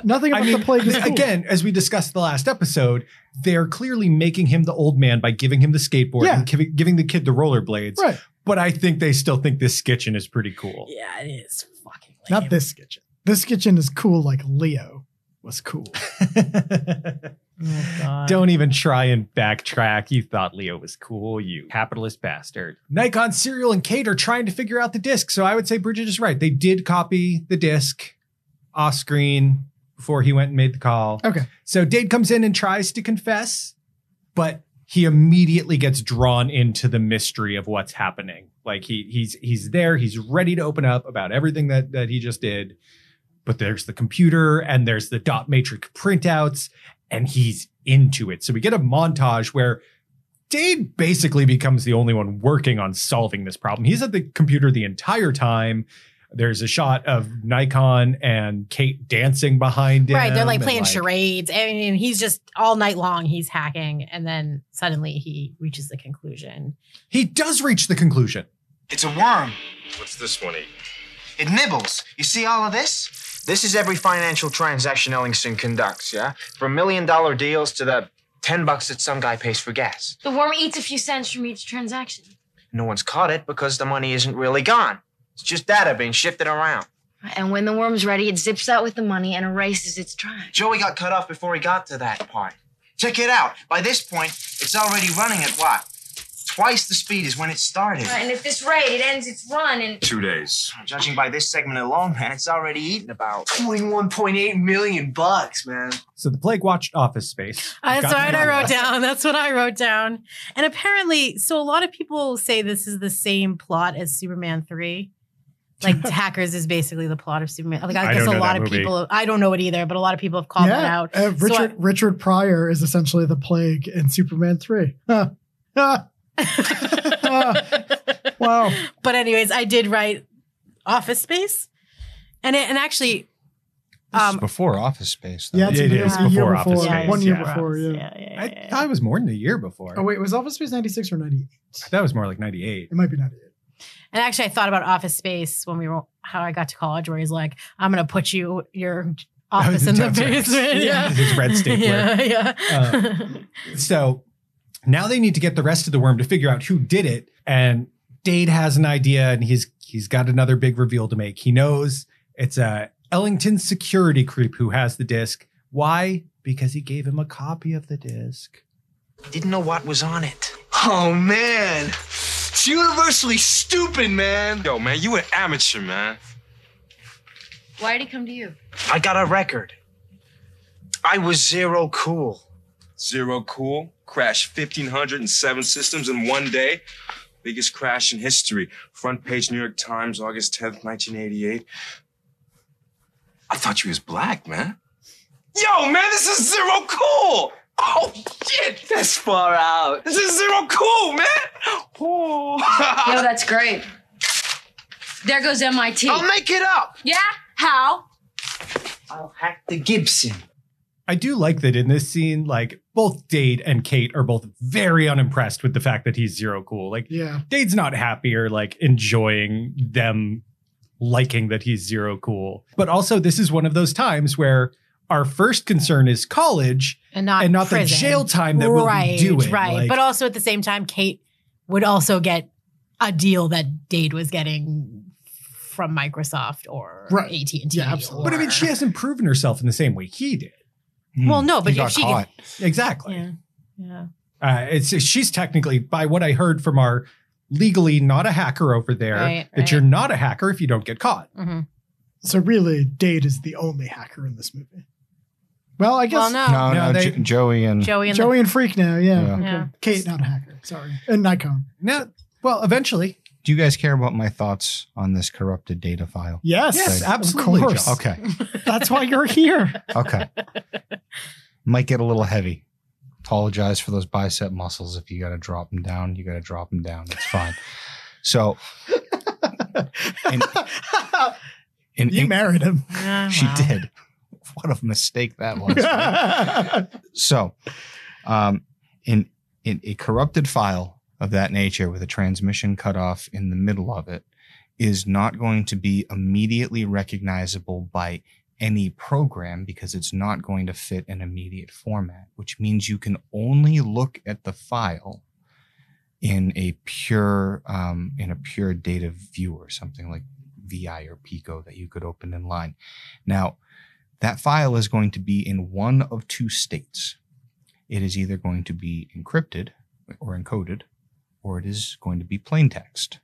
[SPEAKER 4] Nothing about the plague is cool.
[SPEAKER 6] again, as we discussed the last episode, they're clearly making him the old man by giving him the skateboard
[SPEAKER 4] Yeah.
[SPEAKER 6] and giving, giving the kid the rollerblades.
[SPEAKER 4] right?
[SPEAKER 6] But I think they still think this sketching is pretty cool.
[SPEAKER 5] Yeah, it is fucking. Lame.
[SPEAKER 4] Not this kitchen. This kitchen is cool, like Leo was cool.
[SPEAKER 5] Oh, God.
[SPEAKER 6] Don't even try and backtrack. You thought Leo was cool, you capitalist bastard. Nikon, Serial, and Kate are trying to figure out the disc. So I would say Bridget is right. They did copy the disc off screen before he went and made the call.
[SPEAKER 4] Okay.
[SPEAKER 6] So Dade comes in and tries to confess, but he immediately gets drawn into the mystery of what's happening. Like he he's he's there, he's ready to open up about everything that that he just did. But there's the computer and there's the dot matrix printouts and he's into it. So we get a montage where Dade basically becomes the only one working on solving this problem. He's at the computer the entire time. There's a shot of Nikon and Kate dancing behind him.
[SPEAKER 5] Right, they're like
[SPEAKER 6] and,
[SPEAKER 5] playing charades, and, and he's just all night long he's hacking, and then suddenly he reaches the conclusion.
[SPEAKER 6] He does reach the conclusion.
[SPEAKER 3] It's a worm.
[SPEAKER 10] What's this one eat?
[SPEAKER 3] It nibbles. You see all of this?
[SPEAKER 10] This is every financial transaction Ellingson conducts, yeah? From million dollar deals to the 10 bucks that some guy pays for gas.
[SPEAKER 11] The worm eats a few cents from each transaction.
[SPEAKER 10] No one's caught it because the money isn't really gone. It's just data being shifted around.
[SPEAKER 11] And when the worm's ready, it zips out with the money and erases its trash.
[SPEAKER 3] Joey got cut off before he got to that part. Check it out. By this point, it's already running at what? Twice the speed as when it started.
[SPEAKER 11] And at this rate, it ends its run and
[SPEAKER 10] Two days.
[SPEAKER 3] Judging by this segment alone, man, it's already eaten about
[SPEAKER 10] 21.8 million bucks, man.
[SPEAKER 6] So the plague watched office space.
[SPEAKER 5] I,
[SPEAKER 6] Got
[SPEAKER 5] that's what
[SPEAKER 6] the
[SPEAKER 5] I
[SPEAKER 6] money.
[SPEAKER 5] wrote down. That's what I wrote down. And apparently, so a lot of people say this is the same plot as Superman 3. Like Hackers is basically the plot of Superman. Like I,
[SPEAKER 6] I
[SPEAKER 5] guess
[SPEAKER 6] don't
[SPEAKER 5] a
[SPEAKER 6] know
[SPEAKER 5] lot
[SPEAKER 6] that
[SPEAKER 5] of
[SPEAKER 6] movie.
[SPEAKER 5] people I don't know it either, but a lot of people have called it out.
[SPEAKER 4] Uh,
[SPEAKER 5] So I-
[SPEAKER 4] Richard Richard Pryor is essentially the plague in Superman three. Huh. Huh. wow.
[SPEAKER 5] but anyways, I did write Office Space. And it, and actually um
[SPEAKER 7] before Office Space. Though.
[SPEAKER 4] Yeah, it's
[SPEAKER 6] It
[SPEAKER 4] a
[SPEAKER 6] is
[SPEAKER 4] year
[SPEAKER 6] before
[SPEAKER 4] before,
[SPEAKER 6] Office
[SPEAKER 5] Space,
[SPEAKER 4] one year
[SPEAKER 6] yeah.
[SPEAKER 4] before. Yeah.
[SPEAKER 5] yeah, yeah, yeah,
[SPEAKER 6] I
[SPEAKER 5] yeah.
[SPEAKER 6] thought it was more than a year before.
[SPEAKER 4] Oh wait, was Office Space ninety six or ninety eight?
[SPEAKER 6] that was more like 98.
[SPEAKER 4] It might be ninety eight.
[SPEAKER 5] And actually, I thought about Office Space when we were how I got to college, where he's like, "I'm gonna put you your office in the
[SPEAKER 6] That's right.
[SPEAKER 5] basement." Yeah,
[SPEAKER 6] His red stapler. Uh,
[SPEAKER 5] Yeah, yeah.
[SPEAKER 6] So now they need to get the rest of the worm to figure out who did it. And Dade has an idea and he's he's got another big reveal to make. He knows it's a Ellington security creep who has the disc. Why? Because he gave him a copy of the disc.
[SPEAKER 3] Didn't know what was on it.
[SPEAKER 10] Oh, man. It's universally stupid, man. Yo, man, you an amateur, man.
[SPEAKER 11] why did he come to you?
[SPEAKER 3] I got a record. I was zero cool.
[SPEAKER 10] Zero cool, crashed 1,507 systems in one day. Biggest crash in history. Front page New York Times, August 10th, 1988. I thought you was black, man. Yo, man, this is zero cool! Oh, shit! That's far out. This is zero cool, man!
[SPEAKER 11] Yo,
[SPEAKER 10] Oh.
[SPEAKER 11] that's great. There goes MIT.
[SPEAKER 3] I'll make it up.
[SPEAKER 11] yeah? How?
[SPEAKER 3] I'll hack the Gibson.
[SPEAKER 6] I do like that in this scene, like both Dade and Kate are both very unimpressed with the fact that he's zero cool. Like
[SPEAKER 4] Yeah.
[SPEAKER 6] Dade's not happy or like enjoying them liking that he's zero cool. But also, this is one of those times where our first concern is college
[SPEAKER 5] and not
[SPEAKER 6] and not the
[SPEAKER 5] prison.
[SPEAKER 6] jail time that
[SPEAKER 5] right,
[SPEAKER 6] will be doing.
[SPEAKER 5] right.
[SPEAKER 6] Like,
[SPEAKER 5] but also at the same time, Kate would also get a deal that Dade was getting from Microsoft or
[SPEAKER 4] Right.
[SPEAKER 5] AT and T.
[SPEAKER 4] Yeah, absolutely.
[SPEAKER 6] but I mean, she hasn't proven herself in the same way he did.
[SPEAKER 5] Hmm. Well, no, but
[SPEAKER 7] he got
[SPEAKER 5] if she could-
[SPEAKER 7] caught.
[SPEAKER 6] Exactly.
[SPEAKER 5] Yeah, yeah.
[SPEAKER 6] Uh, it's she's technically, by what I heard from our legally not a hacker over there,
[SPEAKER 5] Right,
[SPEAKER 6] that
[SPEAKER 5] right.
[SPEAKER 6] you're not a hacker if you don't get caught.
[SPEAKER 5] hmm
[SPEAKER 4] So really, Dade is the only hacker in this movie. Well, I
[SPEAKER 5] Well,
[SPEAKER 4] guess
[SPEAKER 5] no,
[SPEAKER 7] no,
[SPEAKER 6] No,
[SPEAKER 7] no,
[SPEAKER 6] they-
[SPEAKER 7] Jo- Joey and
[SPEAKER 5] Joey and the-
[SPEAKER 4] Joey and Freak now. Yeah.
[SPEAKER 7] Yeah.
[SPEAKER 4] Okay.
[SPEAKER 5] Yeah.
[SPEAKER 4] Kate not a hacker. Sorry. And Nikon.
[SPEAKER 6] No, well, eventually.
[SPEAKER 7] Do you guys care about my thoughts on this corrupted data file?
[SPEAKER 4] Yes.
[SPEAKER 6] Yes,
[SPEAKER 4] of
[SPEAKER 6] absolutely,
[SPEAKER 4] course.
[SPEAKER 6] John.
[SPEAKER 7] Okay.
[SPEAKER 4] That's why you're here.
[SPEAKER 7] Okay. Might get a little heavy. Apologize for those bicep muscles. If you got to drop them down, you got to drop them down. It's fine. So, and, and
[SPEAKER 4] you
[SPEAKER 7] and-
[SPEAKER 4] married him.
[SPEAKER 5] Yeah,
[SPEAKER 7] she
[SPEAKER 5] Ah, Oh, wow.
[SPEAKER 7] did. What a mistake that was. so, um, in in a corrupted file of that nature with a transmission cutoff in the middle of it is not going to be immediately recognizable by any program because it's not going to fit an immediate format, which means you can only look at the file in a pure um, in a pure data viewer, something like VI or Pico that you could open in line. Now, that file is going to be in one of two states. It is either going to be encrypted or encoded, or it is going to be plain text.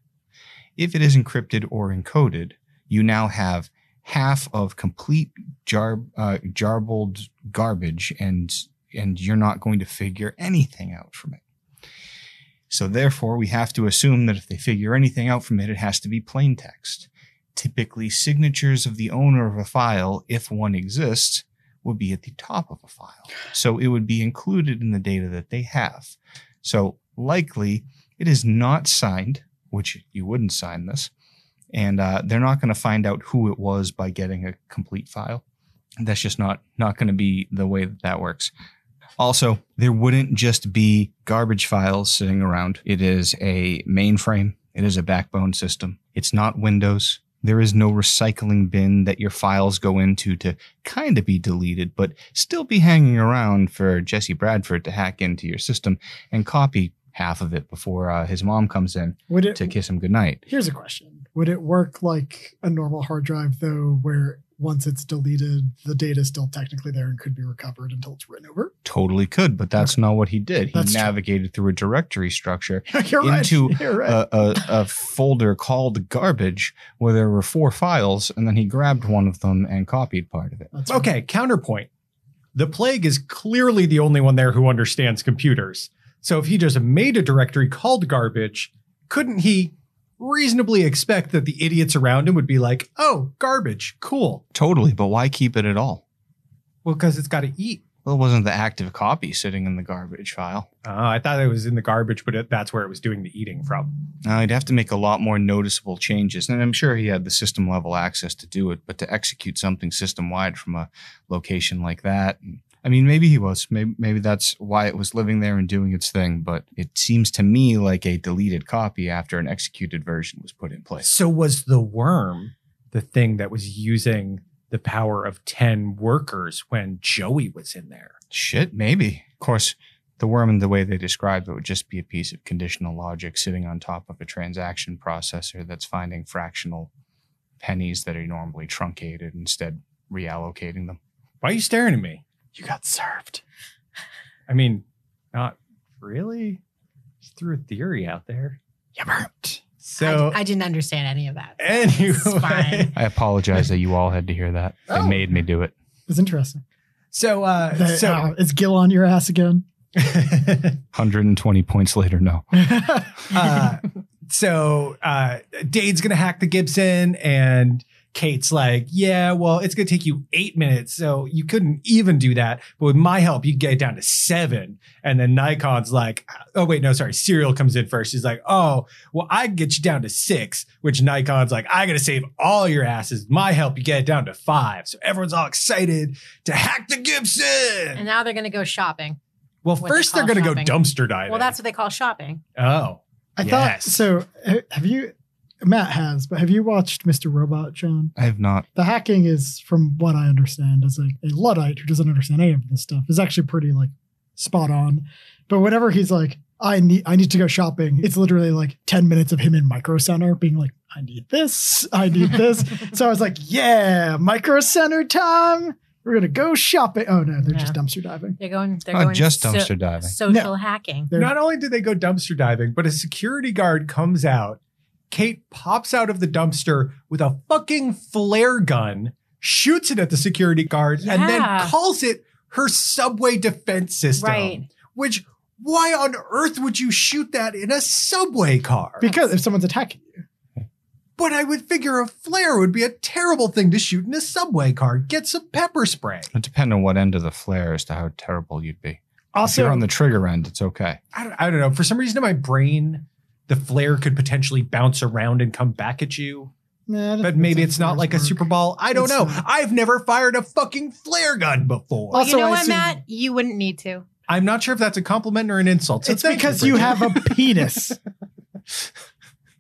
[SPEAKER 7] If it is encrypted or encoded, you now have half of complete jar, uh, jarbled garbage, and and you're not going to figure anything out from it. So therefore, we have to assume that if they figure anything out from it, it has to be plain text. Typically, signatures of the owner of a file, if one exists, would be at the top of a file. So it would be included in the data that they have. So likely it is not signed, which you wouldn't sign this. And uh, they're not going to find out who it was by getting a complete file. That's just not not going to be the way that that works. Also, there wouldn't just be garbage files sitting around. It is a mainframe. It is a backbone system. It's not Windows. There is no recycling bin that your files go into to kind of be deleted, but still be hanging around for Jesse Bradford to hack into your system and copy half of it before uh, his mom comes in
[SPEAKER 4] Would it-
[SPEAKER 7] to kiss him goodnight.
[SPEAKER 4] Here's a question. Would it work like a normal hard drive though, where once it's deleted, the data is still technically there and could be recovered until it's written over?
[SPEAKER 7] Totally could, but that's not what he did. He
[SPEAKER 4] That's true.
[SPEAKER 7] navigated through a directory structure
[SPEAKER 4] You're right.
[SPEAKER 7] into
[SPEAKER 4] You're right.
[SPEAKER 7] a, a, a folder called garbage where there were four files, and then he grabbed one of them and copied part of it.
[SPEAKER 4] That's right.
[SPEAKER 6] Okay, counterpoint. The plague is clearly the only one there who understands computers. So if he just made a directory called garbage, couldn't he reasonably expect that the idiots around him would be like, oh, garbage, cool?
[SPEAKER 7] Totally, but why keep it at all?
[SPEAKER 6] Well, because it's got to eat.
[SPEAKER 7] Well, it wasn't the active copy sitting in the garbage file.
[SPEAKER 6] Uh, I thought it was in the garbage, but it, that's where it was doing the eating from.
[SPEAKER 7] Now, Uh, he'd have to make a lot more noticeable changes, and I'm sure he had the system level access to do it. But to execute something system wide from a location like that, I mean, maybe he was. Maybe, maybe that's why it was living there and doing its thing. But it seems to me like a deleted copy after an executed version was put in place.
[SPEAKER 6] So was the worm the thing that was using the power of 10 workers when Joey was in there?
[SPEAKER 7] Shit, maybe. Of course, the worm in the way they described it would just be a piece of conditional logic sitting on top of a transaction processor that's finding fractional pennies that are normally truncated instead reallocating them.
[SPEAKER 6] Why are you staring at me?
[SPEAKER 4] You got served.
[SPEAKER 6] I mean, not really. Just threw a theory out there.
[SPEAKER 4] You burped.
[SPEAKER 6] So
[SPEAKER 5] I, I didn't understand any of that. It's
[SPEAKER 6] anyway,
[SPEAKER 5] fine.
[SPEAKER 7] I apologize that you all had to hear that. They
[SPEAKER 6] Oh.
[SPEAKER 7] made me do it.
[SPEAKER 4] It's interesting.
[SPEAKER 6] so uh,
[SPEAKER 4] That-
[SPEAKER 6] so
[SPEAKER 4] uh, is Gil on your ass again?
[SPEAKER 7] 120 points later, no.
[SPEAKER 6] uh, so uh, Dade's gonna hack the Gibson, and Kate's like, "Yeah, well, it's gonna take you eight minutes, so you couldn't even do that. But with my help, you get it down to seven. And then Nikon's like, "Oh wait, no, sorry." Serial comes in first. She's like, "Oh, well, I can get you down to six, Which Nikon's like, "I gotta save all your asses. My help, you get it down to five. So everyone's all excited to hack the
[SPEAKER 5] And
[SPEAKER 6] Gibson.
[SPEAKER 5] now they're going to go shopping.
[SPEAKER 6] Well,
[SPEAKER 5] what they
[SPEAKER 6] first they're
[SPEAKER 5] call
[SPEAKER 6] gonna go
[SPEAKER 5] shopping.
[SPEAKER 6] dumpster diving.
[SPEAKER 5] Well, that's what they call shopping.
[SPEAKER 6] oh.
[SPEAKER 4] I thought
[SPEAKER 6] Yes.
[SPEAKER 4] so. ha- Have you? Matt has, but have you watched Mr. Robot, John?
[SPEAKER 7] I have not.
[SPEAKER 4] The hacking is, from what I understand, as a, a luddite who doesn't understand any of this stuff, is actually pretty like spot on. But whenever he's like, "I need, I need to go shopping," it's literally like ten minutes of him in Micro Center being like, "I need this, I need this." so I was like, "Yeah, Micro Center time. We're gonna go shopping." Oh no, they're just
[SPEAKER 5] Yeah.
[SPEAKER 4] dumpster diving.
[SPEAKER 5] They're going. They're
[SPEAKER 7] Not
[SPEAKER 5] going
[SPEAKER 7] just
[SPEAKER 5] so-
[SPEAKER 7] dumpster diving.
[SPEAKER 5] Social hacking.
[SPEAKER 4] They're-
[SPEAKER 6] Not only do they go dumpster diving, but a security guard comes out. Kate pops out of the dumpster with a fucking flare gun, shoots it at the security guard, and then
[SPEAKER 5] Yeah.
[SPEAKER 6] calls it her subway defense system.
[SPEAKER 5] Right.
[SPEAKER 6] Which, why on earth would you shoot that in a subway car?
[SPEAKER 4] Because if someone's attacking you,
[SPEAKER 6] but I would figure a flare would be a terrible thing to shoot in a subway car. Get some pepper spray.
[SPEAKER 7] It depends on what end of the flare as to how terrible you'd be. if
[SPEAKER 4] also
[SPEAKER 7] you're on the trigger end, it's okay.
[SPEAKER 6] I don't, I don't know. For some reason in my brain, the flare could potentially bounce around and come back at you.
[SPEAKER 4] Nah, I don't
[SPEAKER 6] but
[SPEAKER 4] think
[SPEAKER 6] maybe
[SPEAKER 4] that's
[SPEAKER 6] it's
[SPEAKER 4] how
[SPEAKER 6] not
[SPEAKER 4] flares
[SPEAKER 6] like a
[SPEAKER 4] work.
[SPEAKER 6] Super Bowl. I don't
[SPEAKER 4] It's
[SPEAKER 6] know.
[SPEAKER 4] not.
[SPEAKER 6] I've never fired a fucking flare gun before.
[SPEAKER 5] Well,
[SPEAKER 4] Also,
[SPEAKER 5] you know
[SPEAKER 4] I
[SPEAKER 5] what,
[SPEAKER 4] assume-
[SPEAKER 5] Matt? You wouldn't need to.
[SPEAKER 6] I'm not sure if that's a compliment or an insult. So
[SPEAKER 4] it's
[SPEAKER 6] thank
[SPEAKER 4] because
[SPEAKER 6] for
[SPEAKER 4] you
[SPEAKER 6] it.
[SPEAKER 4] have a penis.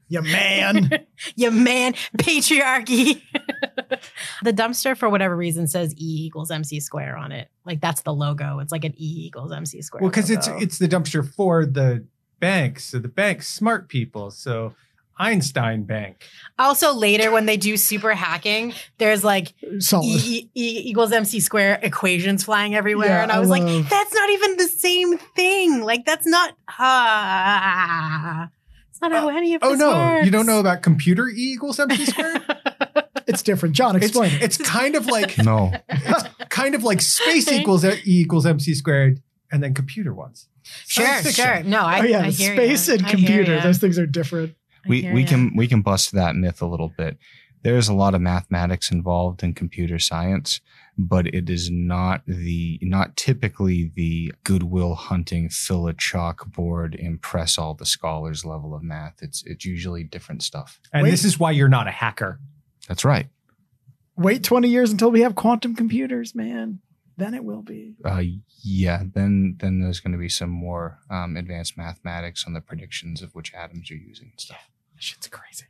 [SPEAKER 4] you man.
[SPEAKER 5] you man, patriarchy. the dumpster, for whatever reason, says E equals MC square on it. Like that's the logo. It's like an E equals MC square.
[SPEAKER 6] Well, because it's
[SPEAKER 5] logo.
[SPEAKER 6] it's the dumpster for the banks. So the bank's smart people. So Einstein Bank.
[SPEAKER 5] also later when they do super hacking, there's like
[SPEAKER 4] Solid.
[SPEAKER 5] E, e equals MC square equations flying everywhere.
[SPEAKER 4] Yeah,
[SPEAKER 5] and I
[SPEAKER 4] I
[SPEAKER 5] was
[SPEAKER 4] love-
[SPEAKER 5] like, that's not even the same thing. Like, that's not, ah, it's not how any of this
[SPEAKER 6] Oh no,
[SPEAKER 5] works.
[SPEAKER 6] you don't know about computer E equals MC squared?
[SPEAKER 4] It's different. John, explain it.
[SPEAKER 6] it's, it's kind of like
[SPEAKER 7] No.
[SPEAKER 6] kind of like space equals E equals MC squared, and then computer ones.
[SPEAKER 5] Sure,
[SPEAKER 6] Science fiction.
[SPEAKER 5] sure. No, I,
[SPEAKER 4] oh yeah,
[SPEAKER 5] I
[SPEAKER 4] the
[SPEAKER 5] hear
[SPEAKER 4] space
[SPEAKER 5] ya.
[SPEAKER 4] and
[SPEAKER 5] I hear
[SPEAKER 4] computer.
[SPEAKER 5] ya.
[SPEAKER 4] Those things are different.
[SPEAKER 5] I
[SPEAKER 7] we
[SPEAKER 5] hear
[SPEAKER 7] we
[SPEAKER 5] ya.
[SPEAKER 7] can we can bust that myth a little bit. There's a lot of mathematics involved in computer science, but it is not the not typically the goodwill hunting, fill a chalkboard, impress all the scholars level of math. It's it's usually different stuff.
[SPEAKER 6] And
[SPEAKER 4] Wait.
[SPEAKER 6] this is why you're not a hacker.
[SPEAKER 7] That's right.
[SPEAKER 4] Wait 20 years until we have quantum computers, man. Then it will be.
[SPEAKER 7] Uh, yeah. Then then there's going to be some more um, advanced mathematics on the predictions of which atoms you're using and stuff.
[SPEAKER 4] Shit's crazy.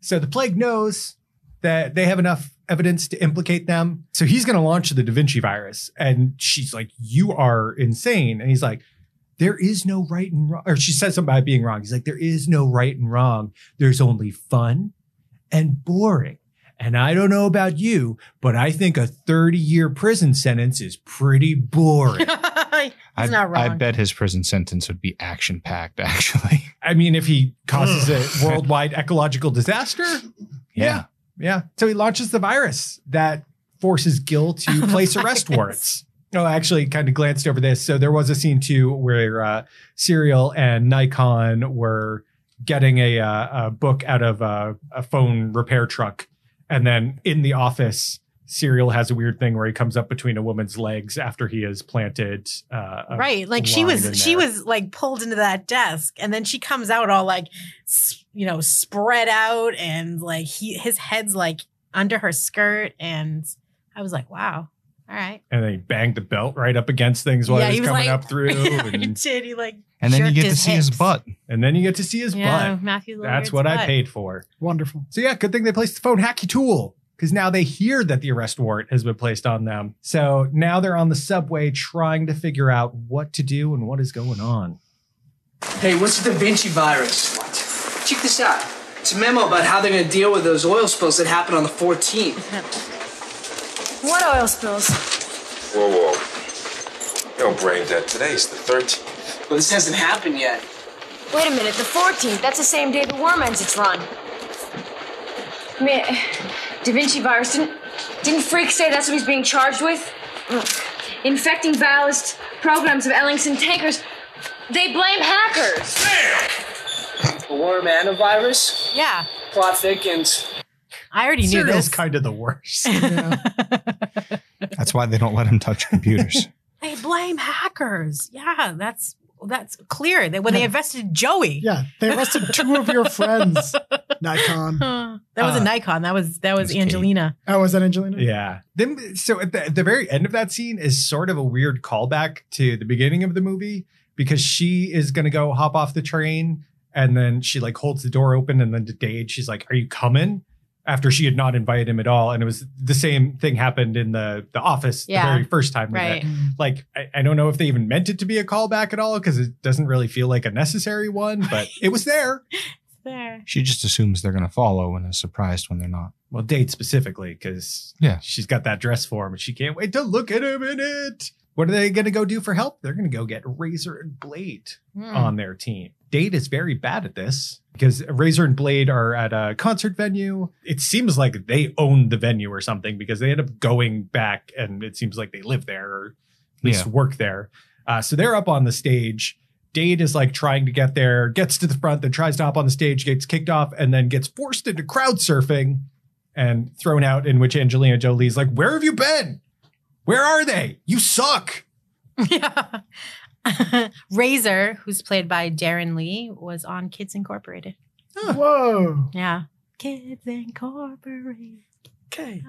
[SPEAKER 6] So the plague knows that they have enough evidence to implicate them. So he's going to launch the Da Vinci virus. And she's like, You are insane. And he's like, There is no right and wrong. Or she says something about being wrong. He's like, There is no right and wrong. There's only fun and boring. And I don't know about you, but I think a 30 year prison sentence is pretty boring.
[SPEAKER 5] He's
[SPEAKER 7] I,
[SPEAKER 5] not wrong.
[SPEAKER 7] I bet his prison sentence would be action packed. Actually.
[SPEAKER 6] I mean, if he causes a worldwide ecological disaster,
[SPEAKER 7] yeah.
[SPEAKER 6] Yeah. So he launches the virus that forces Gil to place arrest warrants. Oh, I actually kind of glanced over this. So there was a scene too where uh, Serial and Nikon were getting a, uh, a book out of uh, a phone repair truck. And then in the office, Serial has a weird thing where he comes up between a woman's legs after he has planted. Uh, a-
[SPEAKER 5] right like she
[SPEAKER 6] line in
[SPEAKER 5] was she
[SPEAKER 6] there.
[SPEAKER 5] was like pulled into that desk and then she comes out all like s- you know spread out and like he his head's like under her skirt and i was like wow all right
[SPEAKER 6] And then he banged the belt right up against things while
[SPEAKER 5] Yeah,
[SPEAKER 6] he
[SPEAKER 5] he
[SPEAKER 6] was
[SPEAKER 5] was
[SPEAKER 6] coming
[SPEAKER 5] like-
[SPEAKER 6] up through.
[SPEAKER 5] he
[SPEAKER 6] and,
[SPEAKER 5] did he like
[SPEAKER 7] And then you
[SPEAKER 5] jerked
[SPEAKER 7] get to see his
[SPEAKER 5] hips.
[SPEAKER 7] butt.
[SPEAKER 6] and then you get to see his butt.
[SPEAKER 5] yeah matthew
[SPEAKER 6] That's
[SPEAKER 5] Lillard's
[SPEAKER 6] what I
[SPEAKER 5] butt.
[SPEAKER 6] paid for.
[SPEAKER 4] Wonderful.
[SPEAKER 6] So yeah, good thing they placed the phone hacky tool because now they hear that the arrest warrant has been placed on them. So now they're on the subway trying to figure out what to do and what is going on.
[SPEAKER 12] Hey, what's the Da Vinci virus? What? Check this out. It's a memo about how they're going to deal with those oil spills that happened on the 14th.
[SPEAKER 13] What oil spills?
[SPEAKER 10] Whoa, whoa. Yo, brain dead. Today's the 13th.
[SPEAKER 12] Well, this hasn't happened yet.
[SPEAKER 13] Wait a minute, the 14th. That's the same day the worm ends its run.
[SPEAKER 11] Me, Da Vinci virus didn't didn't Freak say that's what he's being charged with? Ugh. Infecting ballast programs of Ellingson tankers. They blame hackers.
[SPEAKER 12] The worm and a virus?
[SPEAKER 5] yeah
[SPEAKER 12] Plot thickens.
[SPEAKER 5] i already knew
[SPEAKER 6] Serial's
[SPEAKER 5] this
[SPEAKER 6] kind of the worst.
[SPEAKER 7] That's why they don't let him touch computers.
[SPEAKER 5] they blame hackers yeah that's that's clear that when they invested joey
[SPEAKER 4] Yeah, they arrested two of your friends, Nikon.
[SPEAKER 5] Uh, that was a
[SPEAKER 6] Uh,
[SPEAKER 5] nikon that was that was
[SPEAKER 7] Kate.
[SPEAKER 5] angelina
[SPEAKER 4] Oh, was that Angelina?
[SPEAKER 6] yeah. Then so at the, at the very end of that scene is sort of a weird callback to the beginning of the movie because she is going to go hop off the train and then she like holds the door open and then to Dade she's like, "Are you coming?" After she had not invited him at all, and it was the same thing happened in the the office
[SPEAKER 5] Yeah.
[SPEAKER 6] the very first time. we met.
[SPEAKER 5] right
[SPEAKER 6] like I, I don't know if they even meant it to be a callback at all because it doesn't really feel like a necessary one, but it was there.
[SPEAKER 5] there
[SPEAKER 7] she just assumes they're going to follow and is surprised when they're not.
[SPEAKER 6] Well, Dade specifically because
[SPEAKER 7] Yeah.
[SPEAKER 6] she's got that dress for him and she can't wait to look at him in it. What are they going to go do for help? They're going to go get Razor and Blade
[SPEAKER 5] Mm.
[SPEAKER 6] on their team. Dade is very bad at this because Razor and Blade are at a concert venue. It seems like they own the venue or something because they end up going back and it seems like they live there or at least
[SPEAKER 7] Yeah.
[SPEAKER 6] work there. Uh, so they're up on the stage. Dade is like trying to get there, gets to the front, then tries to hop on the stage, gets kicked off, and then gets forced into crowd surfing and thrown out. In which Angelina Jolie's like, Where have you been? Where are they? You suck.
[SPEAKER 5] Yeah. Razor, who's played by Darren Lee, was on Kids Incorporated.
[SPEAKER 4] Whoa.
[SPEAKER 5] Yeah. Kids Incorporated.
[SPEAKER 4] Okay.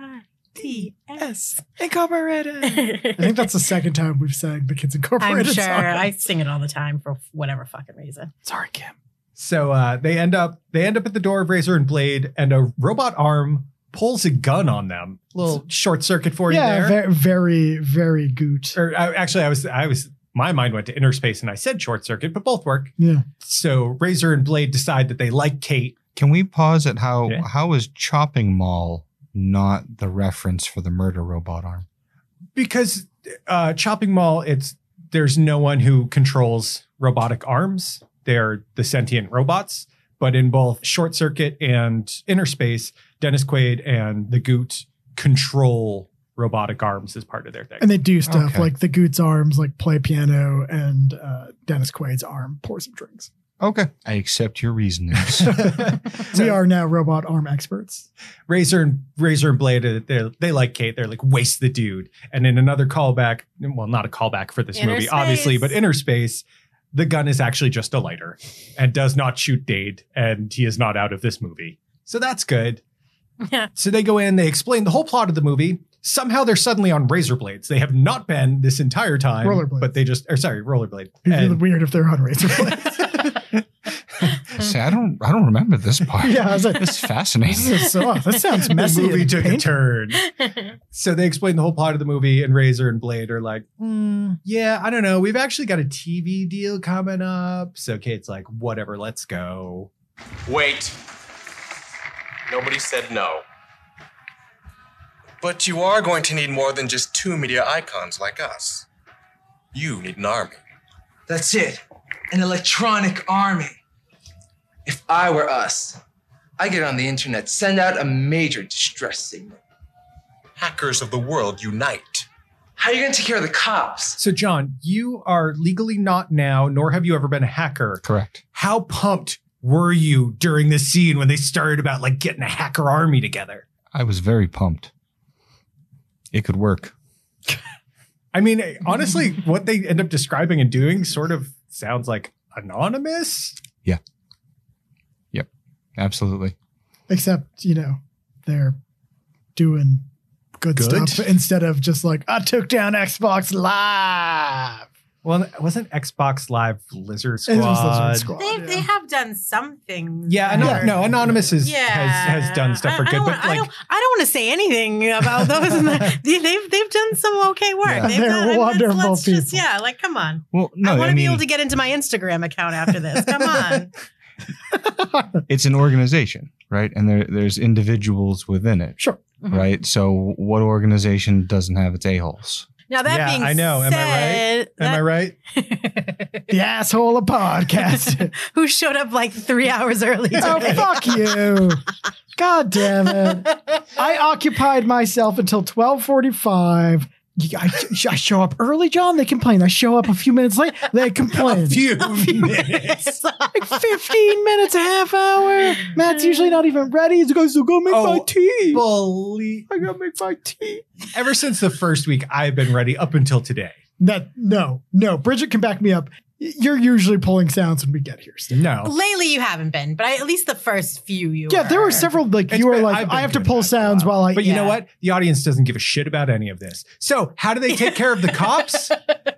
[SPEAKER 4] T.S. Incorporated. I think that's the second time we've sang the Kids Incorporated
[SPEAKER 5] I'm sure.
[SPEAKER 4] song.
[SPEAKER 5] I sing it all the time for whatever fucking reason.
[SPEAKER 4] Sorry, Kim.
[SPEAKER 6] So uh, they end up they end up at the door of Razor and Blade, and a robot arm pulls a gun on them. Little short circuit for you
[SPEAKER 4] yeah,
[SPEAKER 6] there. Er,
[SPEAKER 4] ve- very, very goot.
[SPEAKER 6] or I, actually, I was I was my mind went to inner space, and I said short circuit, but both work.
[SPEAKER 4] Yeah.
[SPEAKER 6] So Razor and Blade decide that they like Kate.
[SPEAKER 7] Can we pause at how how is chopping mall not the reference for the murder robot arm?
[SPEAKER 6] because uh, chopping mall it's there's no one who controls robotic arms they're the sentient robots but in both short circuit and inner space dennis quaid and the goot control robotic arms as part of their thing
[SPEAKER 4] And they do stuff
[SPEAKER 6] Okay.
[SPEAKER 4] like the Goot's arms, like play piano, and uh, Dennis Quaid's arm pour some drinks.
[SPEAKER 7] Okay. I accept your reasonings.
[SPEAKER 4] we are now robot arm experts.
[SPEAKER 6] razor and razor and blade uh, they they like kate they're like waste the dude and in another callback well not a callback for this
[SPEAKER 4] Inner
[SPEAKER 6] movie obviously
[SPEAKER 4] space.
[SPEAKER 6] but inner space the gun is actually just a lighter and does not shoot dade and he is not out of this movie so that's good so they go in they explain the whole plot of the movie somehow they're suddenly on razor blades they have not been this entire time
[SPEAKER 4] Rollerblades.
[SPEAKER 6] but they just or sorry rollerblade
[SPEAKER 4] It'd be
[SPEAKER 6] And-
[SPEAKER 4] really weird if they're on razor blades.
[SPEAKER 7] See, I don't I don't remember this part.
[SPEAKER 4] Yeah, I was like-
[SPEAKER 7] this is fascinating.
[SPEAKER 4] This is so- that sounds messy
[SPEAKER 6] The movie
[SPEAKER 4] and
[SPEAKER 6] took a
[SPEAKER 4] painful.
[SPEAKER 6] turn. so they explain the whole plot of the movie, and Razor and Blade are like, "Hmm, "Yeah, I don't know. We've actually got a TV deal coming up." So Kate's like, "Whatever, let's go."
[SPEAKER 14] Wait. Nobody said no. But you are going to need more than just two media icons like us. You need an army.
[SPEAKER 3] That's it. An electronic army.
[SPEAKER 15] If I were us, I get on the internet, send out a major distress signal.
[SPEAKER 14] Hackers of the world unite.
[SPEAKER 15] How are you gonna take care of the cops?
[SPEAKER 6] So John, you are legally not now, nor have you ever been a hacker.
[SPEAKER 7] Correct.
[SPEAKER 6] How pumped were you during this scene when they started about like getting a hacker army together?
[SPEAKER 7] I was very pumped. It could work.
[SPEAKER 6] I mean, honestly, what they end up describing and doing sort of sounds like anonymous.
[SPEAKER 7] Yeah. Yep. Absolutely.
[SPEAKER 4] Except, you know, they're doing good,
[SPEAKER 6] Good?
[SPEAKER 4] stuff instead of just like, "Ah, I took down Xbox Live.
[SPEAKER 6] Well, wasn't Xbox Live Lizard
[SPEAKER 4] It was Lizard
[SPEAKER 6] Squad?
[SPEAKER 4] Squad.
[SPEAKER 5] They, they have done some things.
[SPEAKER 6] Yeah, ano- no, Anonymous is,
[SPEAKER 5] Yeah.
[SPEAKER 6] has has done stuff for good, but
[SPEAKER 5] I
[SPEAKER 6] like
[SPEAKER 5] don't, I don't want to say anything about those. They- they've they've done some okay work.
[SPEAKER 7] Yeah.
[SPEAKER 5] They've
[SPEAKER 7] They're
[SPEAKER 5] done, let's-
[SPEAKER 7] wonderful
[SPEAKER 5] let's just- yeah, like come on.
[SPEAKER 7] Well, no,
[SPEAKER 5] I want
[SPEAKER 7] I,
[SPEAKER 5] to be able
[SPEAKER 7] mean
[SPEAKER 5] to get into my Instagram account after this. Come on.
[SPEAKER 7] it's an organization, right? And there there's individuals within it.
[SPEAKER 4] Sure.
[SPEAKER 5] Mhm.
[SPEAKER 7] Right? So what organization doesn't have its a-holes?
[SPEAKER 5] Now that
[SPEAKER 7] Yeah,
[SPEAKER 5] being
[SPEAKER 7] I know. Am I right?
[SPEAKER 5] said,
[SPEAKER 7] Am I
[SPEAKER 6] right?
[SPEAKER 4] The asshole of podcast.
[SPEAKER 5] Who showed up like three hours early?
[SPEAKER 4] oh,
[SPEAKER 5] today.
[SPEAKER 4] fuck you. God damn it. I occupied myself until 1245. You- I, I show up early, John. They complain. I show up a few minutes late. They complain.
[SPEAKER 6] minutes.
[SPEAKER 4] like 15 minutes, a half hour. Matt's usually not even ready. He's goes, so go make my tea. I gotta make my tea.
[SPEAKER 6] ever since the first week, I've been ready up until today.
[SPEAKER 4] That, no, no. Bridget can back me up. Y- You're usually pulling sounds when we get here. Steve.
[SPEAKER 6] No.
[SPEAKER 5] Lately, you haven't been, but I, at least the first few you.
[SPEAKER 4] Yeah, there were several, like, you were like,
[SPEAKER 6] I've been
[SPEAKER 4] I have to pull sounds while I.
[SPEAKER 6] But you know what? The audience doesn't give a shit about any of this. So, how do they take care of the cops?